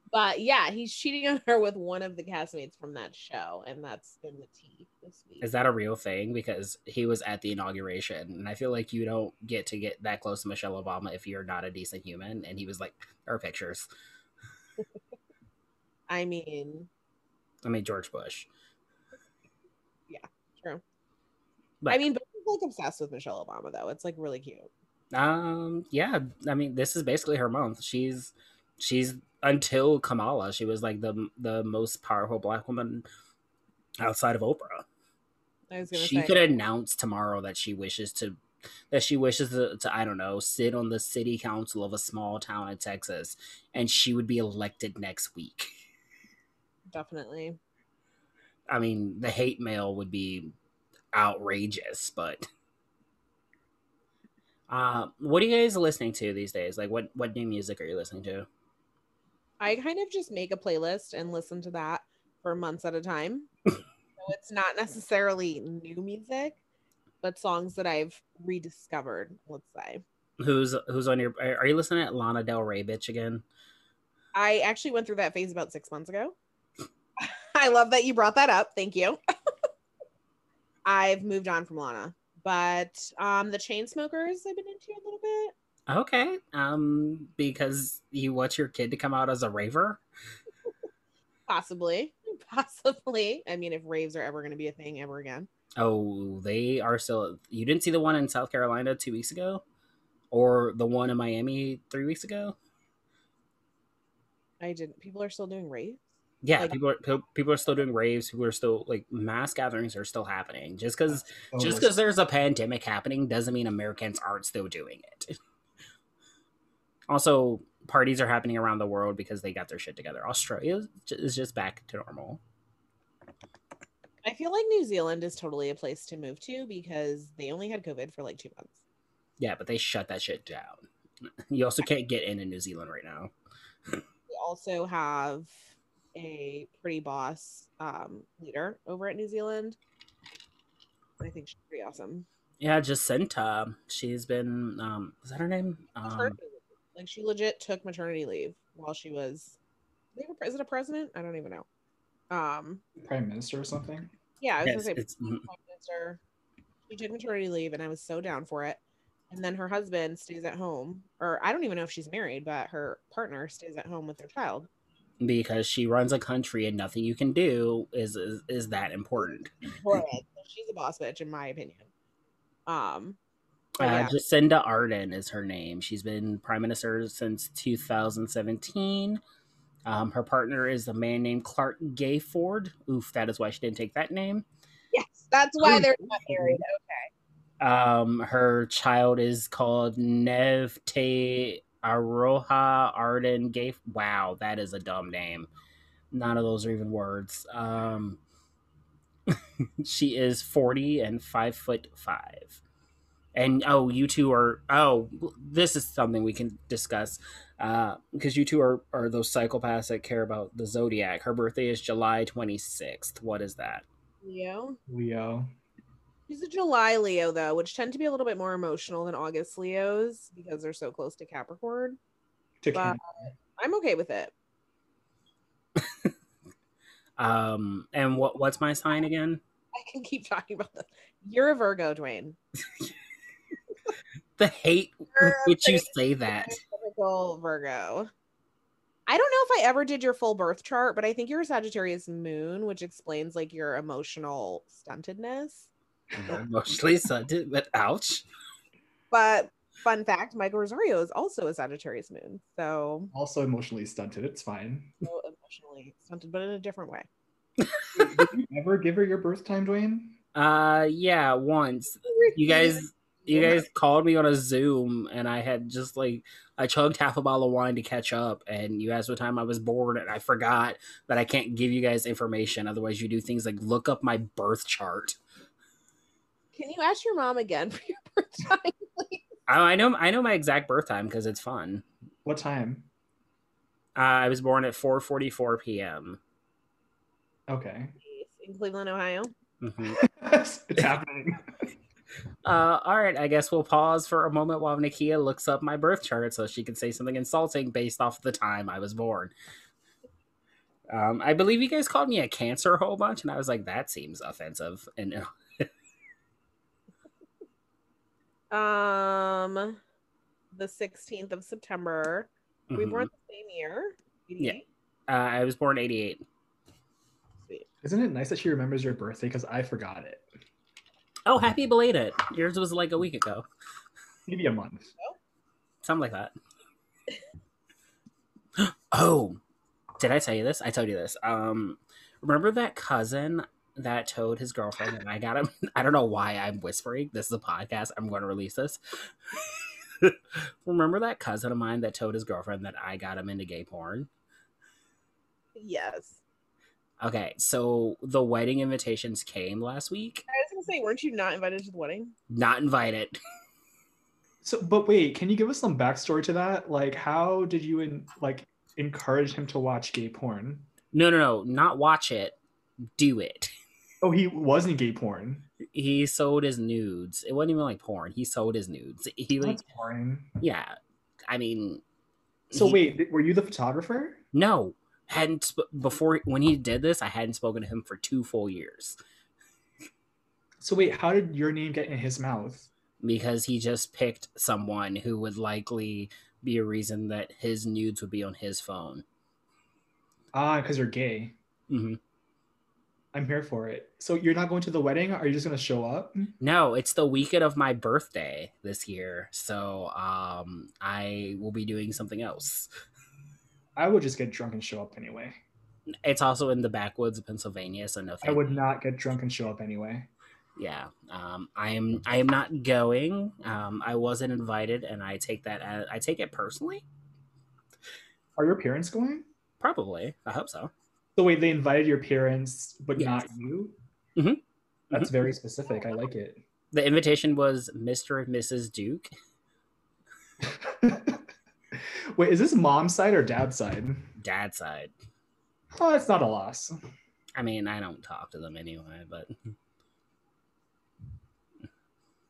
Speaker 2: But yeah, he's cheating on her with one of the castmates from that show, and that's in the tea this week.
Speaker 1: Is that a real thing? Because he was at the inauguration, and I feel like you don't get to get that close to Michelle Obama if you're not a decent human. And he was like, "There are pictures."
Speaker 2: I mean,
Speaker 1: I mean, George Bush.
Speaker 2: Yeah, true.
Speaker 1: But,
Speaker 2: I mean, but he's like obsessed with Michelle Obama though. It's like really cute.
Speaker 1: Um, yeah, I mean, this is basically her month. She's she's until Kamala, she was like the the most powerful black woman outside of Oprah.
Speaker 2: I was gonna
Speaker 1: She
Speaker 2: say.
Speaker 1: could announce tomorrow that she wishes to that she wishes to, to I don't know, sit on the city council of a small town in Texas and she would be elected next week.
Speaker 2: Definitely.
Speaker 1: I mean, the hate mail would be outrageous, but uh, what are you guys listening to these days? Like, what what new music are you listening to?
Speaker 2: I kind of just make a playlist and listen to that for months at a time. so it's not necessarily new music, but songs that I've rediscovered, let's say.
Speaker 1: Who's who's on your? Are are you listening to Lana Del Rey bitch again?
Speaker 2: I actually went through that phase about six months ago. I love that you brought that up. Thank you. I've moved on from Lana, but um, the chain smokers I've been into a little bit.
Speaker 1: Okay, um, because you want your kid to come out as a raver.
Speaker 2: Possibly. Possibly. I mean, if raves are ever going to be a thing ever again.
Speaker 1: Oh, they are still. You didn't see the one in South Carolina two weeks ago, or the one in Miami three weeks ago.
Speaker 2: I didn't. People are still doing raves.
Speaker 1: Yeah,
Speaker 2: Like-
Speaker 1: people are pe- people are still doing raves. People are still like mass gatherings are still happening. Just because
Speaker 3: Oh,
Speaker 1: just because there's a pandemic happening doesn't mean Americans aren't still doing it. Also, parties are happening around the world because they got their shit together. Australia is ju- is just back to normal.
Speaker 2: I feel like New Zealand is totally a place to move to because they only had COVID for like two months.
Speaker 1: Yeah, but they shut that shit down. You also can't get into New Zealand right now.
Speaker 2: We also have a pretty boss um, leader over at New Zealand. I think she's pretty awesome.
Speaker 1: Yeah, Jacinta, she's been um is that her name? Um,
Speaker 2: Maternity leave. like she legit took maternity leave while she was. Is it a president? I don't even know. Um,
Speaker 3: prime minister or something.
Speaker 2: yeah, I was
Speaker 1: yes,
Speaker 2: gonna say
Speaker 1: it's- mm,
Speaker 2: prime minister. She took maternity leave, and I was so down for it. And then her husband stays at home, or I don't even know if she's married, but her partner stays at home with their child.
Speaker 1: because she runs a country and nothing you can do is is, is that important.
Speaker 2: Horrid. She's a boss bitch, in my opinion. Um,
Speaker 1: Uh,
Speaker 2: but yeah.
Speaker 1: Jacinda Ardern is her name. She's been prime minister since 2017. Um, her partner is a man named Clark Gayford. Oof, that is why she didn't take that name.
Speaker 2: yes, that's why they're not married.
Speaker 1: Um, her child is called Nev Te Aroha Arden Gay. Wow, that is a dumb name. None of those are even words. Um, she is 40 and five foot five. And oh, you two are oh, this is something we can discuss uh, because you two are are those psychopaths that care about the zodiac. Her birthday is July 26th. What is that?
Speaker 2: Leo.
Speaker 3: Leo.
Speaker 2: She's a July Leo though, which tend to be a little bit more emotional than August Leos because they're so close to Capricorn.
Speaker 3: To
Speaker 2: Wow.
Speaker 3: Ken.
Speaker 2: I'm okay with it.
Speaker 1: Um, and what what's my sign again?
Speaker 2: I can keep talking about this. You're a Virgo, Dwayne.
Speaker 1: The hate
Speaker 2: You're a
Speaker 1: Would you say that?
Speaker 2: typical Virgo. I don't know if I ever did your full birth chart, but I think you're a Sagittarius moon, which explains like your emotional stuntedness.
Speaker 1: Mostly sudden, but ouch.
Speaker 2: But fun fact, Michael Rosario is also a Sagittarius moon. So,
Speaker 3: Also emotionally stunted. It's fine.
Speaker 2: so emotionally stunted, but in a different way.
Speaker 3: Did you ever give her your birth time, Dwayne?
Speaker 1: Uh, yeah, once you guys, you guys called me on a Zoom, and I had just like I chugged half a bottle of wine to catch up, and you asked what time I was born, and I forgot that I can't give you guys information. Otherwise, you do things like look up my birth chart.
Speaker 2: Can you ask your mom again for your birth time?
Speaker 1: I, I know, I know my exact birth time because it's fun.
Speaker 3: What time?
Speaker 1: Uh, I was born at 4:44 p.m.
Speaker 3: Okay.
Speaker 2: in Cleveland, Ohio?
Speaker 1: Mhm.
Speaker 3: it's happening.
Speaker 1: Uh, all right, I guess we'll pause for a moment while Nakia looks up my birth chart so she can say something insulting based off the time I was born. Um, I believe you guys called me a cancer a whole bunch, and I was like, that seems offensive. And uh,
Speaker 2: Um, the 16th of September. We
Speaker 1: mhm.
Speaker 2: weren't the same year.
Speaker 1: Yeah.
Speaker 2: 88?
Speaker 1: uh, I was born '88.
Speaker 2: Sweet.
Speaker 3: Isn't it nice that she remembers your birthday? Because I forgot it.
Speaker 1: Oh, happy belated! Yours was like a week ago,
Speaker 3: Maybe a month.
Speaker 1: something like that. oh, did I tell you this? I told you this. Um, remember that cousin that told his girlfriend, and I got him. I don't know why I'm whispering. This is a podcast. I'm going to release this. remember that cousin of mine that told his girlfriend that I got him into gay porn?
Speaker 2: Yes.
Speaker 1: Okay, so the wedding invitations came last week.
Speaker 2: I was gonna say, weren't you not invited to the wedding?
Speaker 1: Not invited.
Speaker 3: So, but wait, can you give us some backstory to that? Like, how did you in, like encourage him to watch gay porn?
Speaker 1: No, no, no. Not watch it. Do it.
Speaker 3: Oh, he was in gay porn.
Speaker 1: He sold his nudes. It wasn't even like porn. He sold his nudes. He like,
Speaker 3: That's boring.
Speaker 1: yeah. I mean,
Speaker 3: So
Speaker 1: he-
Speaker 3: wait, th- were you the photographer?
Speaker 1: No, hadn't sp- before when he did this. I hadn't spoken to him for two full years
Speaker 3: So wait, how did your name get in his mouth?
Speaker 1: because he just picked someone who would likely be a reason that his nudes would be on his phone.
Speaker 3: Ah, because you're gay. Mm-hmm.
Speaker 1: hmm
Speaker 3: I'm here for it. So you're not going to the wedding? Are you just gonna show up?
Speaker 1: No, it's the weekend of my birthday this year, so um, I will be doing something else.
Speaker 3: I would just get drunk and show up anyway.
Speaker 1: It's also in the backwoods of Pennsylvania, so no.
Speaker 3: I
Speaker 1: thank
Speaker 3: would
Speaker 1: you.
Speaker 3: not get drunk and show up anyway.
Speaker 1: yeah um i am i am not going um i wasn't invited and i take that as, i take it personally
Speaker 3: Are your parents going?
Speaker 1: probably i hope so
Speaker 3: So wait, they invited your parents, but
Speaker 1: Yes.
Speaker 3: not you.
Speaker 1: Mhm.
Speaker 3: That's very specific. I like it.
Speaker 1: the invitation was mr and mrs duke
Speaker 3: Wait, is this mom's side or dad's side?
Speaker 1: dad side
Speaker 3: Oh, it's not a loss.
Speaker 1: i mean i don't talk to them anyway but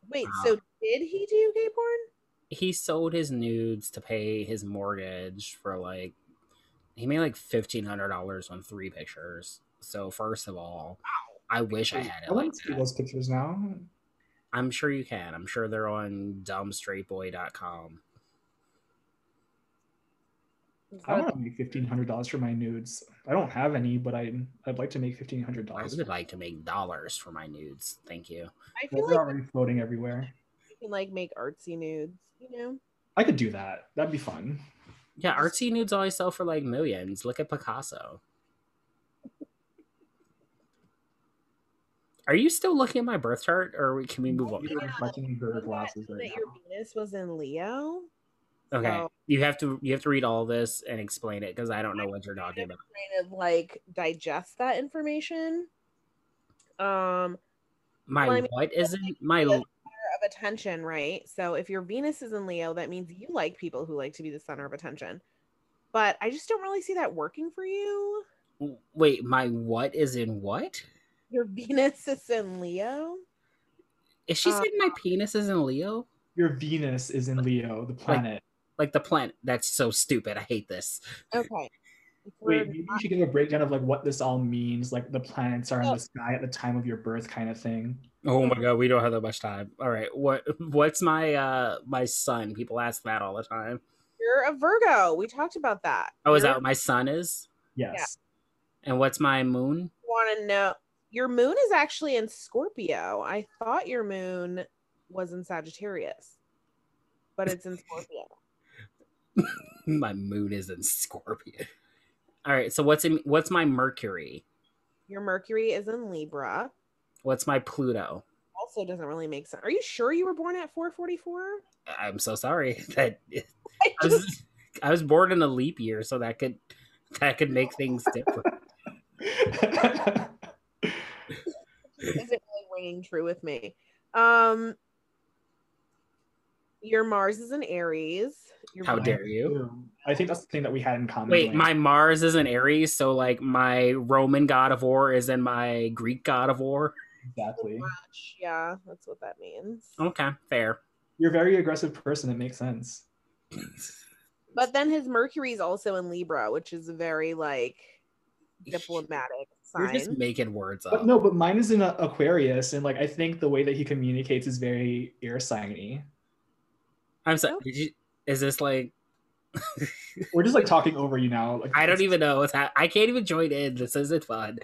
Speaker 2: Wait,
Speaker 1: Wow.
Speaker 2: so did he do gay porn?
Speaker 1: he sold his nudes to pay his mortgage for like he made like $1500 on three pictures so first of all i wish i had it
Speaker 3: I
Speaker 1: like
Speaker 3: want to see
Speaker 1: that
Speaker 3: those pictures now.
Speaker 1: i'm sure you can i'm sure they're on dumbstraightboy.com
Speaker 3: I want to make fifteen hundred dollars for my nudes. I don't have any, but I I'd like to make fifteen
Speaker 1: I
Speaker 3: hundred dollars.
Speaker 1: would like to make dollars for my nudes. Thank you.
Speaker 2: I
Speaker 3: They're
Speaker 2: feel like
Speaker 3: already floating everywhere.
Speaker 2: you can like make artsy nudes, you know?
Speaker 3: I could do that. That'd be fun.
Speaker 1: Yeah, artsy nudes always sell for like millions. Look at Picasso. Are you still looking at my birth chart, or we- can we move on?
Speaker 3: You're reflecting her glasses
Speaker 2: that
Speaker 3: right
Speaker 2: your
Speaker 3: now.
Speaker 2: Venus was in Leo.
Speaker 1: Okay,
Speaker 2: So-
Speaker 1: you have to you have to read all this and explain it because I don't know what you're talking about.
Speaker 2: Kind of like digest that information. Um,
Speaker 1: My
Speaker 2: Well, I mean,
Speaker 1: what isn't my
Speaker 2: center of attention, right? So if your Venus is in Leo, that means you like people who like to be the center of attention. But I just don't really see that working for you.
Speaker 1: wait? My what is in what?
Speaker 2: Your Venus is in Leo.
Speaker 1: Is she
Speaker 2: Uh,
Speaker 1: saying my penis is in Leo?
Speaker 3: Your Venus is in Leo, the planet.
Speaker 1: Like the planet? That's so stupid. I hate this.
Speaker 2: Okay. If we're
Speaker 3: Wait, maybe you should give a breakdown of like what this all means, like the planets are in the sky at the time of your birth, kind of thing.
Speaker 1: Oh my god, we don't have that much time. All right, what what's my uh my son? People ask that all the time.
Speaker 2: You're a Virgo. We talked about that.
Speaker 1: Oh, is
Speaker 2: You're-
Speaker 1: that what my sun is?
Speaker 3: Yes.
Speaker 1: And what's my moon?
Speaker 2: want to know your moon is actually in Scorpio. I thought your moon was in Sagittarius, but it's in Scorpio.
Speaker 1: My moon is in Scorpio. All right, so what's in what's my Mercury?
Speaker 2: Your Mercury is in Libra.
Speaker 1: What's my Pluto?
Speaker 2: Also doesn't really make sense. Are you sure you were born at 444?
Speaker 1: I'm so sorry that
Speaker 2: I
Speaker 1: I
Speaker 2: just-
Speaker 1: was, I was born in a leap year, so that could that could make things different.
Speaker 2: isn't really ringing true with me. Um, your Mars is in Aries. Your
Speaker 1: How
Speaker 2: Venus-
Speaker 1: dare you?
Speaker 3: I think that's the thing that we had in common.
Speaker 1: Wait,
Speaker 3: Blaine.
Speaker 1: my Mars is in Aries, so like my Roman god of war is in my Greek god of war.
Speaker 3: exactly.
Speaker 2: Yeah, that's what that means.
Speaker 1: Okay, fair.
Speaker 3: You're a very aggressive person. It makes sense.
Speaker 2: But then his Mercury is also in Libra, which is a very like diplomatic
Speaker 1: You're
Speaker 2: sign.
Speaker 1: just making words up.
Speaker 3: But no, but mine is in uh, Aquarius, and like I think the way that he communicates is very air signy.
Speaker 1: I'm sorry.
Speaker 2: Nope.
Speaker 1: Did you, is this like
Speaker 3: We're just like talking over you now. Like
Speaker 1: I don't even know what's hap- I can't even join in. This isn't fun.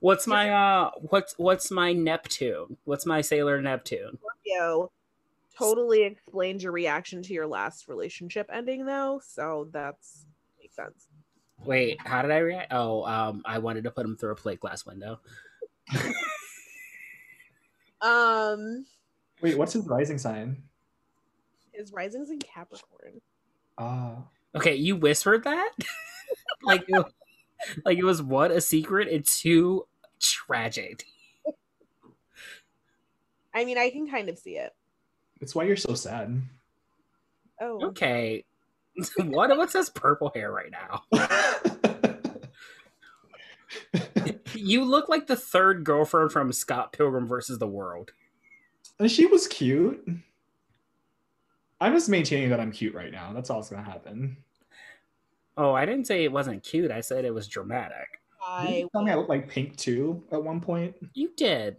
Speaker 1: what's my uh what's what's my Neptune? What's my Sailor Neptune?
Speaker 2: Scorpio totally explained your reaction to your last relationship ending though so that's makes sense
Speaker 1: Wait, how did I react? Oh, um I wanted to put him through a plate glass window.
Speaker 2: um
Speaker 3: Wait, what's his rising sign?
Speaker 2: his rising's in capricorn
Speaker 3: Ah,
Speaker 1: Okay, you whispered that? like it, wa- like it was what a secret and two tragic.
Speaker 2: i mean i can kind of see it
Speaker 3: that's why you're so sad.
Speaker 2: oh
Speaker 1: Okay. what what's this purple hair right now? You look like the third girlfriend from Scott Pilgrim versus the World.
Speaker 3: and she was cute. I'm just maintaining that I'm cute right now. That's all that's gonna happen.
Speaker 1: Oh, I didn't say it wasn't cute. I said it was dramatic.
Speaker 2: I,
Speaker 3: Didn't you tell me I look like pink too at one point.
Speaker 1: You did.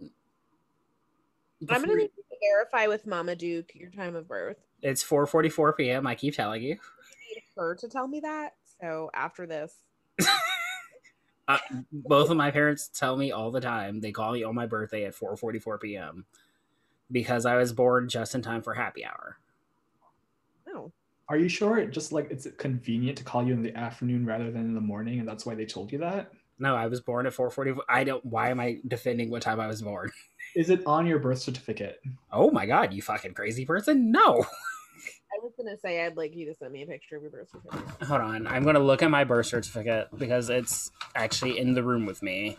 Speaker 2: i'm gonna
Speaker 1: Before-
Speaker 2: need you to verify with mama duke your time of birth
Speaker 1: It's 4:44 p.m. I keep telling you.
Speaker 2: i need her to tell me that so after this
Speaker 1: Uh, both of my parents tell me all the time. They call me on my birthday at 4:44 p.m. because I was born just in time for happy hour.
Speaker 2: no
Speaker 3: Are you sure? it Just like it's convenient to call you in the afternoon rather than in the morning, and that's why they told you that.
Speaker 1: No, I was born at 4:40. I don't. Why am I defending what time I was born?
Speaker 3: Is it on your birth certificate?
Speaker 1: Oh my god, you fucking crazy person! No.
Speaker 2: i was gonna say i'd like you to send me a picture of your birth certificate
Speaker 1: Hold on. I'm gonna look at my birth certificate because it's actually in the room with me.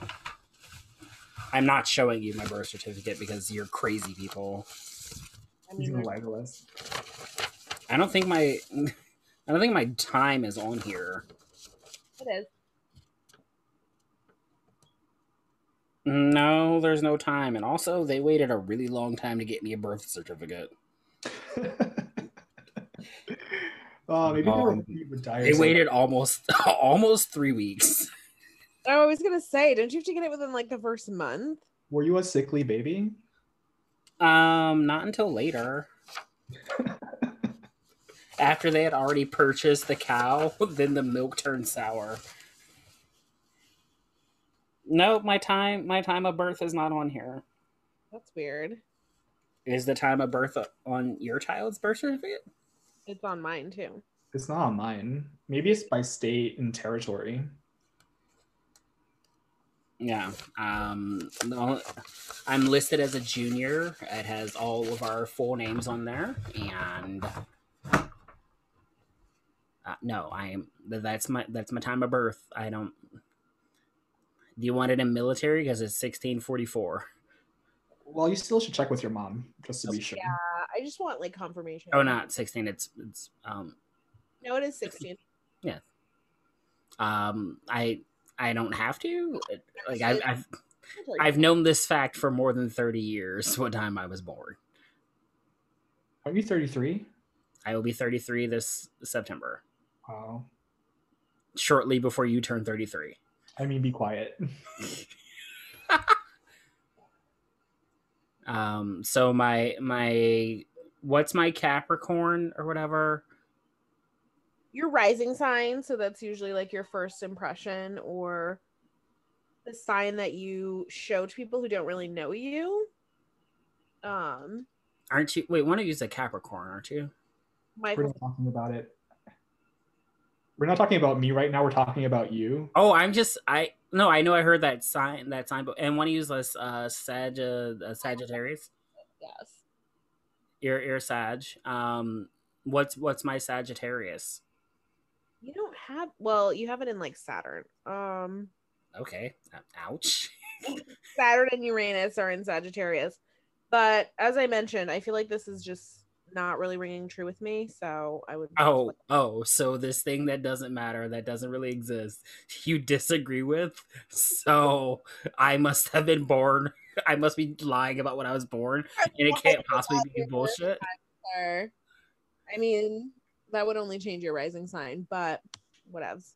Speaker 1: I'm not showing you my birth certificate because you're crazy people.
Speaker 2: i
Speaker 3: He's
Speaker 2: mean
Speaker 3: gonna
Speaker 2: there's
Speaker 3: lie to us.
Speaker 1: I don't think my I don't think my time is on here.
Speaker 2: it is
Speaker 1: No, there's no time. And also they waited a really long time to get me a birth certificate.
Speaker 3: oh, Uh, maybe they were
Speaker 1: Um,
Speaker 3: hoping you would die. or
Speaker 1: They
Speaker 3: something.
Speaker 1: waited almost almost three weeks.
Speaker 2: oh i was gonna say don't you have to get it within like the first month
Speaker 3: Were you a sickly baby?
Speaker 1: Um, not until later. after they had already purchased the cow, then the milk turned sour. No, my time my time of birth is not on here.
Speaker 2: That's weird.
Speaker 1: Is the time of birth on your child's birth certificate?
Speaker 2: It's on mine too.
Speaker 3: It's not on mine. Maybe it's by state and territory.
Speaker 1: Yeah. Um, no, I'm listed as a junior. It has all of our full names on there, and uh, no, I am. That's my that's my time of birth. I don't. Do you want it in military? Because it's 1644.
Speaker 3: Well, you still should check with your mom just to be sure.
Speaker 2: Yeah, Uh, I just want like confirmation.
Speaker 1: Oh, not 16. It's it's um
Speaker 2: No, it is 16.
Speaker 1: um I I don't have to. Like I, I've I've known this fact for more than 30 years. What time I was born?
Speaker 3: Aren't you 33?
Speaker 1: I will be 33 this September,
Speaker 3: Wow.
Speaker 1: shortly before you turn 33.
Speaker 3: I mean, be quiet.
Speaker 1: Um, so my my what's my Capricorn or whatever?
Speaker 2: your rising sign. So that's usually like your first impression or the sign that you show to people who don't really know you. Um,
Speaker 1: Aren't you? Wait, one of you's a Capricorn, aren't you?
Speaker 2: my
Speaker 3: We're not talking about it. We're not talking about me right now. We're talking about you.
Speaker 1: Oh, I'm just I no, I know I heard that sign that sign, but and one of you's a uh, Sag uh, Sagittarius.
Speaker 2: yes.
Speaker 1: You're, you're a Sag. Um, what's what's my Sagittarius?
Speaker 2: You don't have well, you have it in like Saturn. Um
Speaker 1: Okay, uh, ouch.
Speaker 2: Saturn and Uranus are in Sagittarius. But as I mentioned, I feel like this is just not really ringing true with me, so I would
Speaker 1: Oh, oh, so this thing that doesn't matter, that doesn't really exist, you disagree with. So I must have been born. I must be lying about when I was born, and it can't possibly be bullshit.
Speaker 2: Or, I mean, that would only change your rising sign, but whatevs.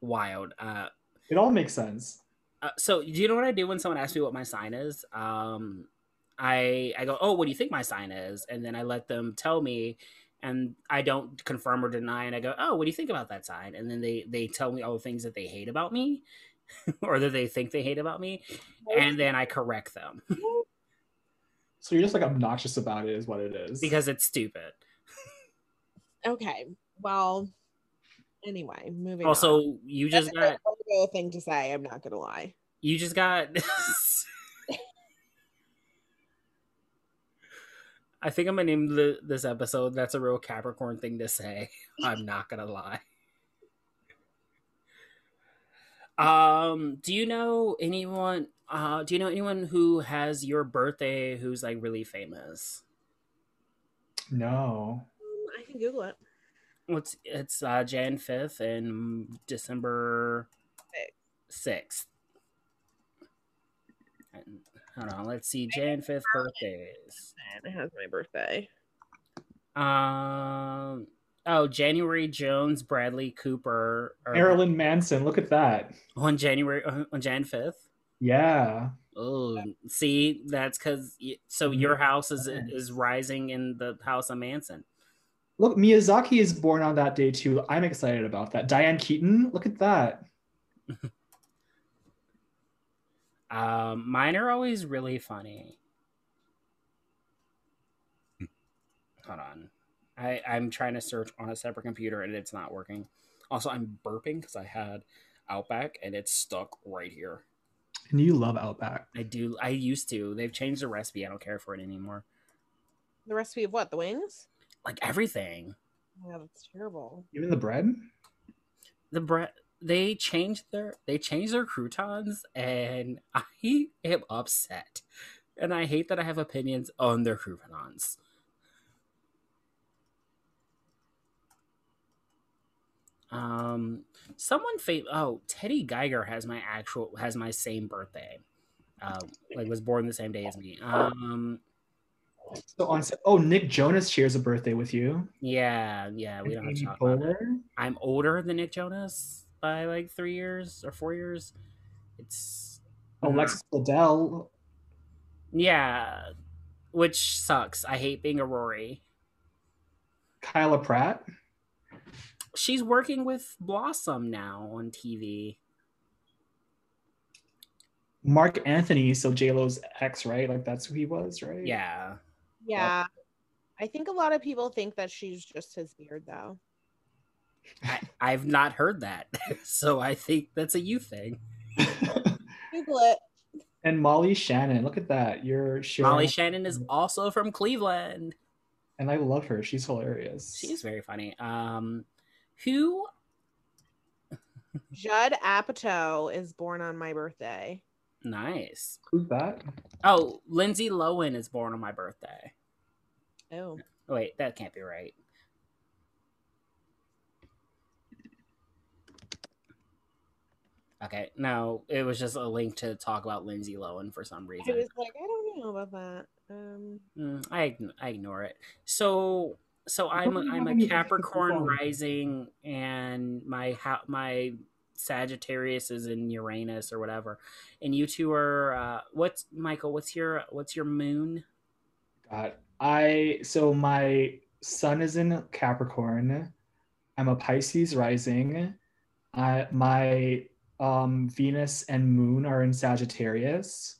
Speaker 1: Wild. Uh,
Speaker 3: It all makes sense.
Speaker 1: Uh, so do you know what I do when someone asks me what my sign is? Um, I I go, oh, what do you think my sign is? And then I let them tell me, and I don't confirm or deny. And I go, oh, what do you think about that sign? And then they they tell me all the things that they hate about me, or that they think they hate about me, and then I correct them
Speaker 3: So you're just like obnoxious about it, is what it is.
Speaker 1: because it's stupid.
Speaker 2: Okay. Well, anyway, moving on.
Speaker 1: Also, you just
Speaker 2: That's a
Speaker 1: got
Speaker 2: horrible thing to say, I'm not gonna lie.
Speaker 1: you just got. I think I'm gonna name the, this episode. That's a real Capricorn thing to say. I'm not gonna lie. Um, do you know anyone? Uh, do you know anyone who has your birthday who's like really famous?
Speaker 3: no.
Speaker 2: Um, I can Google it.
Speaker 1: What's it's uh, Jan fifth and December sixth. Hold on, let's see. Jan fifth birthdays.
Speaker 2: It has my birthday.
Speaker 1: Um. Oh, January Jones, Bradley Cooper, or
Speaker 3: Marilyn Manson. Look at that.
Speaker 1: on January on Jan fifth.
Speaker 3: Yeah.
Speaker 1: Oh, see, that's because so your house is is rising in the house of Manson.
Speaker 3: Look, Miyazaki is born on that day too. I'm excited about that. Diane Keaton. Look at that.
Speaker 1: Um, mine are always really funny. Hold on, I I'm trying to search on a separate computer and it's not working. Also, I'm burping because I had Outback and it's stuck right here.
Speaker 3: And you love Outback.
Speaker 1: I do. I used to. They've changed the recipe. I don't care for it anymore.
Speaker 2: The recipe of what? The wings?
Speaker 1: Like everything,
Speaker 2: Yeah, that's terrible.
Speaker 3: Even the bread.
Speaker 1: the bread they changed their they changed their croutons, and I am upset. And I hate that I have opinions on their croutons. Um, someone fa- oh Teddy Geiger has my actual has my same birthday. Uh, like was born the same day as me. Um,
Speaker 3: So on. Oh, Nick Jonas shares a birthday with you.
Speaker 1: Yeah, Oh, yeah, we don't have to
Speaker 3: Amy
Speaker 1: talk about that.
Speaker 3: Poehler?
Speaker 1: I'm older than Nick Jonas by like three years or four years. It's
Speaker 3: Alexis Bledel.
Speaker 1: yeah, which sucks. I hate being a Rory.
Speaker 3: Kyla Pratt.
Speaker 1: She's working with Blossom now on TV.
Speaker 3: Mark Anthony, so J Lo's ex, right? Like that's who he was, right?
Speaker 1: Yeah.
Speaker 2: Yeah. I think a lot of people think that she's just his beard, though.
Speaker 1: I, I've not heard that. so I think that's a you thing.
Speaker 2: Google it.
Speaker 3: and Molly Shannon. Look at that. You're sharing.
Speaker 1: Molly Shannon is also from Cleveland.
Speaker 3: and I love her. She's hilarious.
Speaker 1: She's very funny. Um who
Speaker 2: Judd Apatow is born on my birthday.
Speaker 1: nice.
Speaker 3: Who's that?
Speaker 1: Oh, Lindsay Lohan is born on my birthday.
Speaker 2: Oh,
Speaker 1: Wait, that can't be right. Okay, no, it was just a link to talk about Lindsay Lohan for some
Speaker 2: I
Speaker 1: reason.
Speaker 2: was like, I don't know about that. Um,
Speaker 1: Mm, I ign- I ignore it. So so I'm a,
Speaker 3: Don't
Speaker 1: I'm
Speaker 3: have any
Speaker 1: a
Speaker 3: extra
Speaker 1: Capricorn
Speaker 3: people.
Speaker 1: rising, and my ha- my Sagittarius is in Uranus or whatever. And you two are uh, what's Michael? What's your what's your moon?
Speaker 3: God. I so my sun is in Capricorn. I'm a Pisces rising. I my um Venus and Moon are in Sagittarius.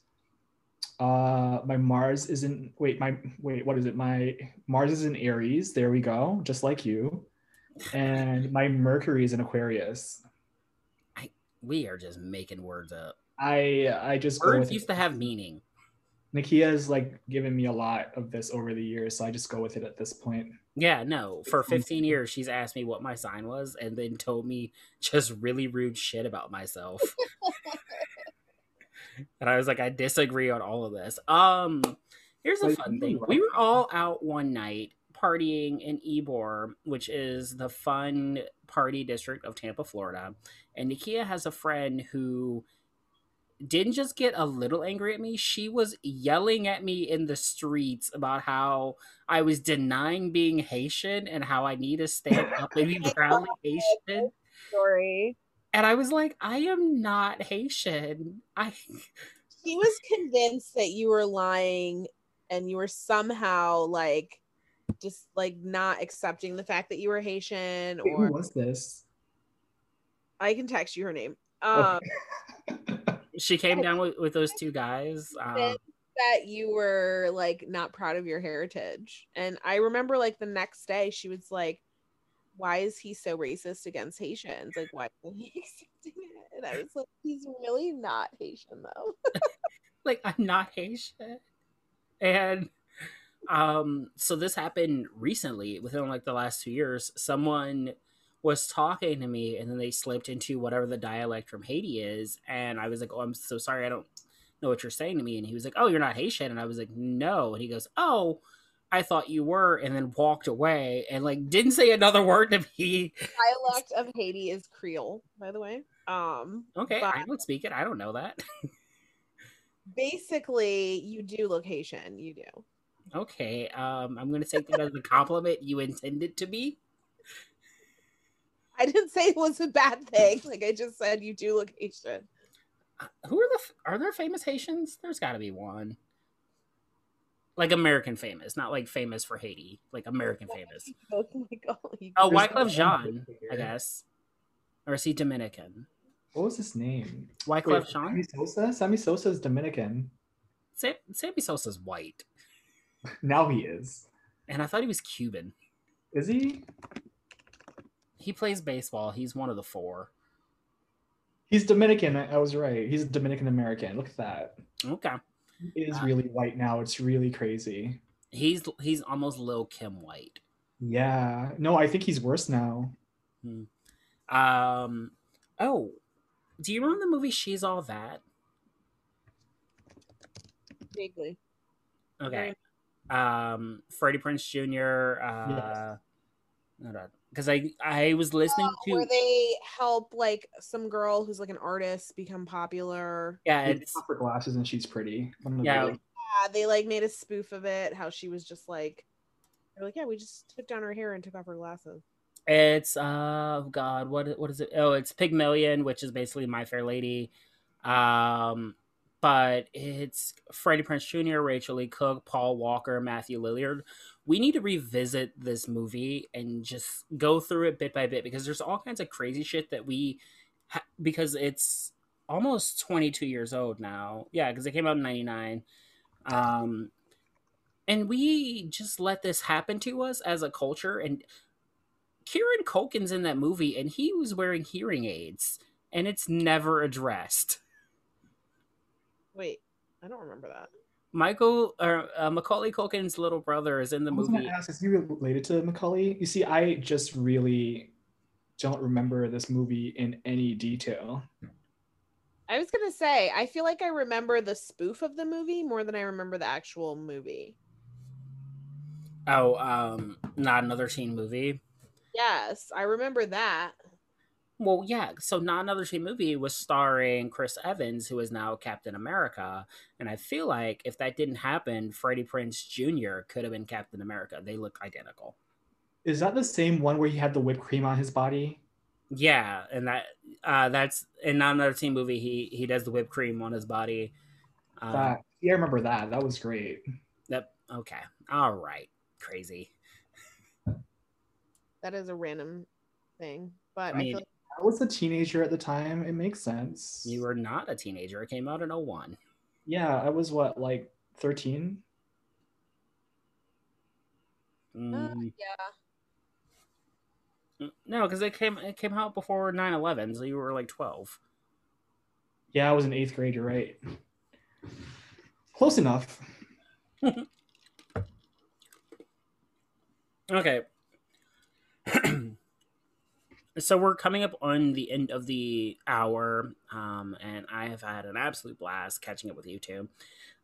Speaker 3: Uh my Mars is in wait, my wait, what is it? My Mars is in Aries. There we go, just like you. And my Mercury is in Aquarius.
Speaker 1: We are just making words up.
Speaker 3: I I just go
Speaker 1: Words
Speaker 3: with
Speaker 1: used to have meaning.
Speaker 3: Nikia's like given me a lot of this over the years, so I just go with it at this point.
Speaker 1: Yeah, no. For
Speaker 3: Um,
Speaker 1: 15 years, she's asked me what my sign was, and then told me just really rude shit about myself. and I was like, I disagree on all of this. Um, here's a
Speaker 3: Like,
Speaker 1: fun
Speaker 3: you
Speaker 1: thing.
Speaker 3: are-
Speaker 1: We were all out one night partying in Ybor, which is the fun party district of Tampa, Florida. And Nikia has a friend who didn't just get a little angry at me, she was yelling at me in the streets about how I was denying being Haitian and how I need to stand up and be proudly Haitian.
Speaker 2: story.
Speaker 1: And I was like, I am not Haitian. I
Speaker 2: He was convinced that you were lying and you were somehow like just like not accepting the fact that you were Haitian
Speaker 3: Wait, who
Speaker 2: or
Speaker 3: was this?
Speaker 2: I can text you her name.
Speaker 3: Oh,
Speaker 2: Um
Speaker 1: she came down with, with those two guys. Um,
Speaker 2: that you were like not proud of your heritage. And I remember like the next day she was like, Why is he so racist against Haitians? Like, why isn't he accepting it? And I was like, He's really not Haitian though.
Speaker 1: like I'm not Haitian. And um, so this happened recently, within like the last two years. Someone was talking to me, and then they slipped into whatever the dialect from Haiti is, and I was like, "Oh, I'm so sorry, I don't know what you're saying to me." And he was like, "Oh, you're not Haitian," and I was like, "No," and he goes, "Oh." I thought you were, and then walked away and like didn't say another word to me.
Speaker 2: Dialect of Haiti is Creole, by the way. Um
Speaker 1: Okay,
Speaker 2: but-
Speaker 1: I don't speak it. I don't know that.
Speaker 2: basically you do location you do
Speaker 1: Okay, um, I'm gonna take that as a compliment you intended to be.
Speaker 2: i didn't say it was a bad thing like i just said you do location
Speaker 1: Uh, Who are the f- are there famous Haitians? There's got to be one, like American famous, not like famous for Haiti, like American famous.
Speaker 2: oh my god you-
Speaker 1: Oh,
Speaker 3: There's
Speaker 1: Wyclef
Speaker 3: one
Speaker 1: Jean, I
Speaker 3: here.
Speaker 1: guess, or is he Dominican?
Speaker 3: What was his name?
Speaker 1: Wyclef Jean.
Speaker 3: Sammy Sosa? Sammy Sosa is Dominican.
Speaker 1: Sam- Sammy Sosa's white,
Speaker 3: Now he is.
Speaker 1: and I thought he was Cuban.
Speaker 3: Is he?
Speaker 1: He plays baseball. He's one of the four.
Speaker 3: He's Dominican. I, I was right. He's Dominican American. Look at that.
Speaker 1: Okay,
Speaker 3: He is really white now. It's really crazy.
Speaker 1: he's he's almost Lil Kim white.
Speaker 3: Yeah. No, I think he's worse now.
Speaker 1: Um, oh, do you remember the movie She's All That?
Speaker 2: vaguely
Speaker 1: Okay. Um, Freddie Prince Jr. Uh, because I I was listening
Speaker 2: where
Speaker 1: to
Speaker 2: they help like some girl who's like an artist become popular
Speaker 1: yeah
Speaker 3: He
Speaker 1: it's
Speaker 3: took off her glasses and she's pretty. One of the
Speaker 1: yeah
Speaker 3: videos.
Speaker 2: yeah, Uh, they like made a spoof of it how she was just like they're like yeah we just took down her hair and took off her glasses
Speaker 1: it's uh God what what is it oh it's Pygmalion which is basically My Fair Lady, um but it's Freddie Prince Jr., Rachel Lee Cook, Paul Walker, Matthew Lillard. We need to revisit this movie and just go through it bit by bit because there's all kinds of crazy shit that we, ha- because it's almost 22 years old now. Yeah, because it came out in 99. Um, and we just let this happen to us as a culture. And Kieran Culkin's in that movie and he was wearing hearing aids and it's never addressed.
Speaker 2: Wait, I don't remember that.
Speaker 1: Michael or uh, Macaulay Culkin's little brother is in the
Speaker 3: I was
Speaker 1: movie.
Speaker 3: gonna ask, is he related to Macaulay? You see, I just really don't remember this movie in any detail.
Speaker 2: I was gonna say, I feel like I remember the spoof of the movie more than I remember the actual movie.
Speaker 1: Oh, um, not another teen movie.
Speaker 2: Yes, I remember that.
Speaker 1: Well, yeah. So, not another teen movie was starring Chris Evans, who is now Captain America. And I feel like if that didn't happen, Freddie Prince Jr. could have been Captain America. They look identical.
Speaker 3: Is that the same one where he had the whipped cream on his body?
Speaker 1: Yeah, and that uh, that's in not another teen movie. He he does the whipped cream on his body. Um,
Speaker 3: That- yeah, I remember that. That was great.
Speaker 1: Yep. Okay. All right. Crazy.
Speaker 2: That is a random thing, but
Speaker 1: I
Speaker 2: I,
Speaker 1: mean,
Speaker 2: feel like
Speaker 3: I was a teenager at the time. It makes sense.
Speaker 1: You were not a teenager. It came out in 01.
Speaker 3: Yeah, I was what, like 13?
Speaker 1: Mm.
Speaker 2: yeah,
Speaker 1: No, because it came it came out before 9-11, so you were like twelve.
Speaker 3: Yeah, I was in eighth grade. You're right. Close enough.
Speaker 1: Okay. so we're coming up on the end of the hour, um, and I have had an absolute blast catching up with you two.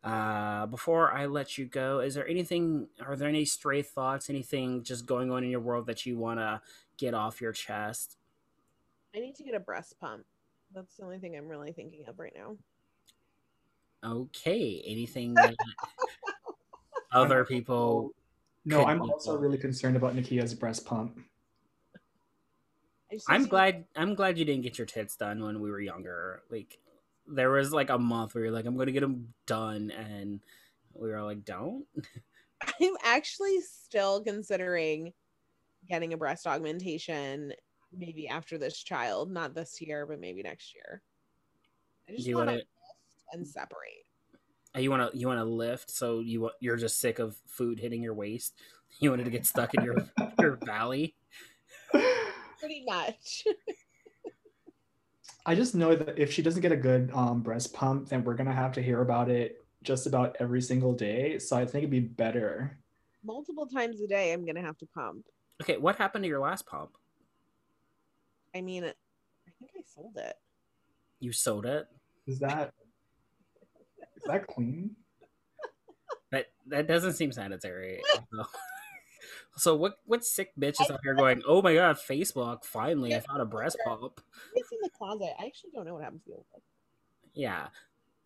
Speaker 1: Uh, before I let you go, is there anything? Are there any stray thoughts? Anything just going on in your world that you want to get off your chest?
Speaker 2: I need to get a breast pump. That's the only thing I'm really thinking of right now.
Speaker 1: Okay. Anything that other people?
Speaker 3: No,
Speaker 1: Could
Speaker 3: I'm
Speaker 1: be
Speaker 3: also
Speaker 1: cool.
Speaker 3: really concerned about Nikia's breast pump.
Speaker 2: I just need
Speaker 1: I'm
Speaker 2: to-
Speaker 1: glad. I'm glad you didn't get your tits done when we were younger. Like there was like a month where you're like, I'm gonna get them done, and we were all like, don't.
Speaker 2: I'm actually still considering getting a breast augmentation maybe after this child, not this year, but maybe next year. I just
Speaker 1: You
Speaker 2: want
Speaker 1: want
Speaker 2: to
Speaker 1: to.
Speaker 2: and separate.
Speaker 1: You want to. You want to lift. So you wa- you're just sick of food hitting your waist. You wanted to get stuck in your your valley.
Speaker 2: Pretty much.
Speaker 3: I just know that if she doesn't get a good um, breast pump, then we're gonna have to hear about it just about every single day. So I think it'd be better.
Speaker 2: Multiple times a day, I'm going to have to pump.
Speaker 1: Okay, what happened to your last pump?
Speaker 2: I mean, I think I sold it.
Speaker 1: You sold it.
Speaker 3: Is that is that clean?
Speaker 1: That that doesn't seem sanitary. so what what sick bitch is out here going? Oh my god, Facebook! Finally, I found a breast pump.
Speaker 2: It's in the closet. I actually don't know what happens to the old one.
Speaker 1: Yeah.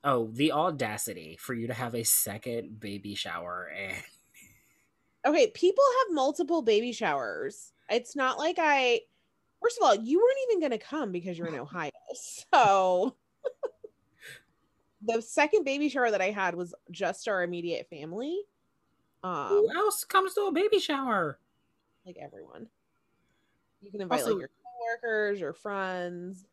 Speaker 1: Oh, the audacity for you to have a second baby shower and
Speaker 2: Okay, people have multiple baby showers. It's not like I. First of all, you weren't even going to come because you're in Ohio. So the second baby shower that I had was just our immediate family. Um,
Speaker 1: who else comes to a baby shower?
Speaker 2: like everyone. You can invite
Speaker 1: Also-
Speaker 2: like your coworkers, your friends,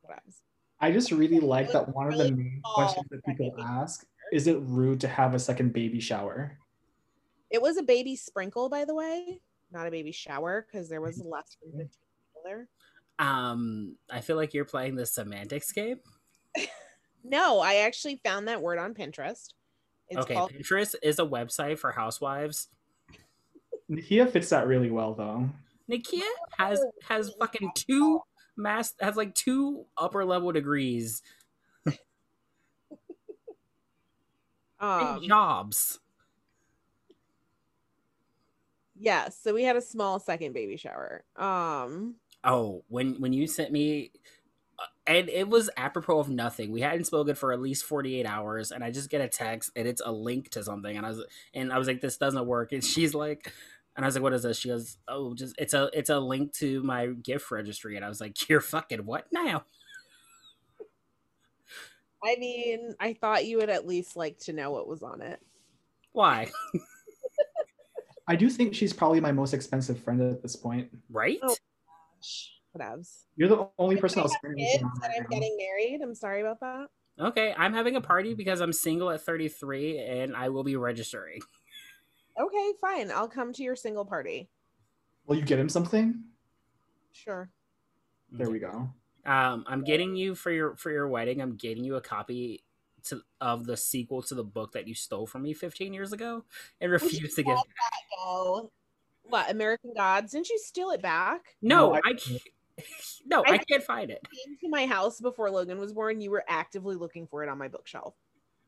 Speaker 2: what else?
Speaker 3: I just really like that one of the main
Speaker 2: Oh,
Speaker 3: questions that people ask is it rude to have a second baby shower?
Speaker 2: It was a baby sprinkle, by the way, not a baby shower because there was less than 15 people there.
Speaker 1: Um, I feel like you're playing the semantics game.
Speaker 2: No, I actually found that word on Pinterest. It's
Speaker 1: okay,
Speaker 2: called
Speaker 1: Pinterest is a website for housewives.
Speaker 3: Nikia fits that really well though.
Speaker 1: Nikia has has fucking two mass has like two upper level degrees and
Speaker 2: um,
Speaker 1: jobs.
Speaker 2: yeah, so we had a small second baby shower. Um
Speaker 1: Oh, when when you sent me, uh, and it was apropos of nothing. We hadn't spoken for at least forty eight hours, and I just get a text, and it's a link to something, and I was and I was like, this doesn't work, and she's like, and I was like, what is this? She goes, oh, just it's a it's a link to my gift registry, and I was like, you're fucking what now?
Speaker 2: I mean, I thought you would at least like to know what was on it.
Speaker 1: Why?
Speaker 3: I do think she's probably my most expensive friend at this point.
Speaker 1: Right?
Speaker 2: Oh. Gosh, Whatevs.
Speaker 3: You're the only
Speaker 2: If
Speaker 3: person
Speaker 2: I
Speaker 3: I'll
Speaker 2: have
Speaker 3: spend
Speaker 2: kids
Speaker 3: anything on
Speaker 2: and
Speaker 3: right
Speaker 2: I'm
Speaker 3: now.
Speaker 2: getting married. I'm sorry about that.
Speaker 1: Okay, I'm having a party because I'm single at 33 and I will be registering.
Speaker 2: Okay, fine. I'll come to your single party.
Speaker 3: Will you get him something?
Speaker 2: Sure.
Speaker 3: There we go.
Speaker 1: Um, I'm getting you for your for your wedding. I'm getting you a copy to, of the sequel to the book that you stole from me 15 years ago and
Speaker 2: should
Speaker 1: refuse to give.
Speaker 2: have Oh, what American Gods? Didn't you steal it back?
Speaker 1: No,
Speaker 3: No, I-
Speaker 1: I can't. No, I can't find it.
Speaker 2: Came to my house before Logan was born. You were actively looking for it on my bookshelf.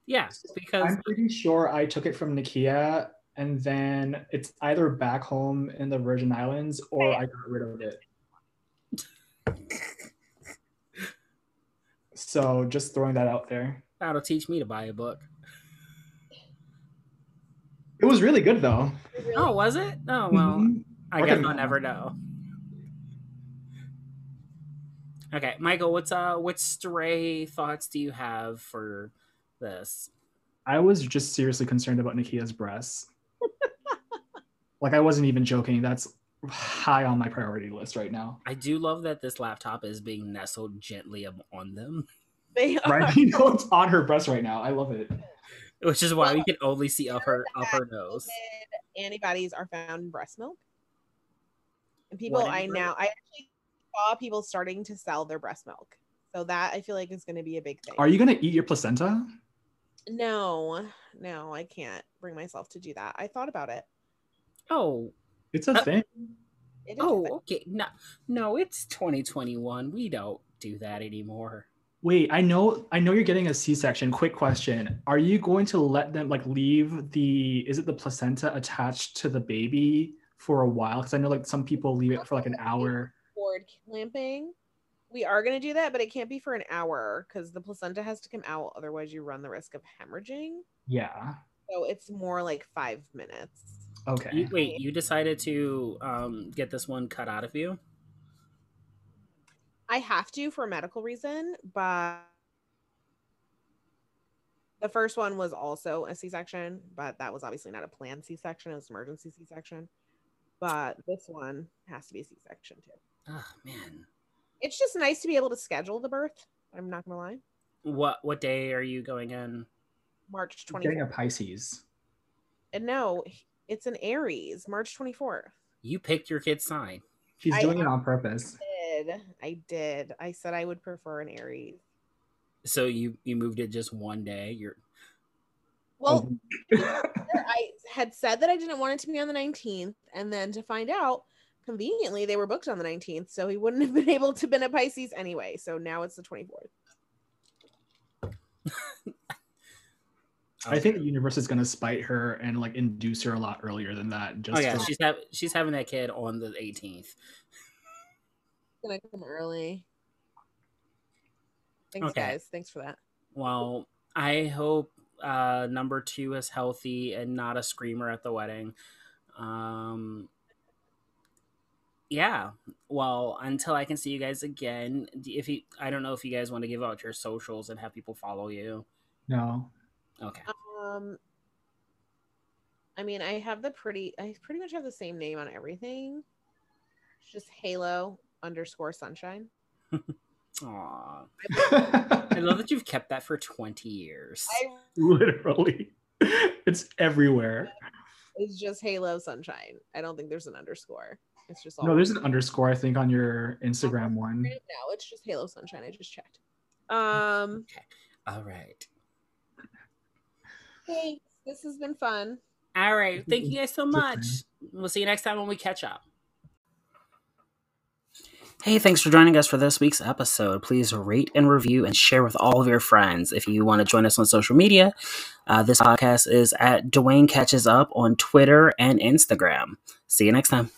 Speaker 1: Yeah, because
Speaker 3: I'm pretty sure I took it from Nikia and then it's either back home in the Virgin Islands or I got rid of it. So just throwing that out there.
Speaker 1: that'll teach me to buy a book.
Speaker 3: It was really good though.
Speaker 1: Oh, was it? Oh well,
Speaker 3: Mhm.
Speaker 1: I
Speaker 3: Okay.
Speaker 1: guess I'll never know. Okay, Michael, what's uh, what stray thoughts do you have for this?
Speaker 3: I was just seriously concerned about Nikia's breasts. like I wasn't even joking. That's high on my priority list right now.
Speaker 1: I do love that this laptop is being nestled gently ab- on them,
Speaker 2: They are.
Speaker 3: Right? you know, it's on her breast right now. I love it.
Speaker 1: which is why we can only see up her up her nose.
Speaker 2: antibodies are found in breast milk. And people
Speaker 1: What
Speaker 2: I
Speaker 1: antibody-
Speaker 2: now I actually saw people starting to sell their breast milk. So that I feel like is going to be a big thing.
Speaker 3: Are you gonna eat your placenta?
Speaker 2: No, no, I can't bring myself to do that. I thought about it.
Speaker 1: Oh,
Speaker 3: It's a
Speaker 1: Uh,
Speaker 3: thing.
Speaker 2: It is a
Speaker 1: oh,
Speaker 2: thing.
Speaker 1: okay. No, no, it's 2021. We don't do that anymore.
Speaker 3: Wait, I know I know you're getting a C-section. Quick question. Are you going to let them like leave the is it the placenta attached to the baby for a while? Cuz I know like some people leave it for like an hour.
Speaker 2: board clamping. We are going to do that, but it can't be for an hour because the placenta has to come out. Otherwise, you run the risk of hemorrhaging.
Speaker 3: Yeah.
Speaker 2: So it's more like five minutes.
Speaker 1: You,
Speaker 3: Okay.
Speaker 1: wait, you decided to um, get this one cut out of you?
Speaker 2: I have to for a medical reason, but the first one was also a C section, but that was obviously not a planned C section. It was an emergency C section. But this one has to be a C section too.
Speaker 1: Oh man,
Speaker 2: It's just nice to be able to schedule the birth. I'm not going to lie.
Speaker 1: what what day are you going in?
Speaker 2: March
Speaker 3: Getting
Speaker 2: 24th.
Speaker 3: a Pisces.
Speaker 2: And no, it's an Aries, March 24th.
Speaker 1: You picked your kid's sign.
Speaker 3: She's
Speaker 2: I-
Speaker 3: doing it on purpose.
Speaker 2: did. I did. I said I would prefer an Aries.
Speaker 1: So you you moved it just one day. You're
Speaker 3: Oh,
Speaker 2: Well, I had said that I didn't want it to be on the 19th, and then to find out, conveniently they were booked on the 19th, so he wouldn't have been able to been at Pisces anyway. So now it's the 24th.
Speaker 1: oh.
Speaker 3: I think the universe is gonna spite her and like induce her a lot earlier than that. Just
Speaker 1: Oh yeah,
Speaker 3: for-
Speaker 1: she's have, she's having that kid on the 18th.
Speaker 2: It's gonna come early. Thanks,
Speaker 1: Okay.
Speaker 2: guys. Thanks for that.
Speaker 1: Well, I hope uh, number two is healthy and not a screamer at the wedding. Um, yeah. Well, until I can see you guys again, d- if you, I don't know if you guys want to give out your socials and have people follow you.
Speaker 3: no.
Speaker 1: Okay.
Speaker 2: Um, I mean, I have the pretty. I pretty much have the same name on everything. It's just Halo underscore Sunshine.
Speaker 1: Aw. I love that you've kept that for 20 years.
Speaker 2: I
Speaker 3: Literally. It's everywhere.
Speaker 2: It's just Halo Sunshine. I don't think there's an underscore. It's just all.
Speaker 3: No, there's an underscore, I think, on your Instagram one.
Speaker 2: No, it's just Halo Sunshine. I just checked. Um.
Speaker 1: All right.
Speaker 2: Hey, this has been fun.
Speaker 1: All right. Thank you guys so much.
Speaker 3: Okay.
Speaker 1: We'll see you next time when we catch up. Hey, thanks for joining us for this week's episode. Please rate and review and share with all of your friends. If you want to join us on social media, uh, this podcast is at Dwayne Catches Up on Twitter and Instagram. See you next time.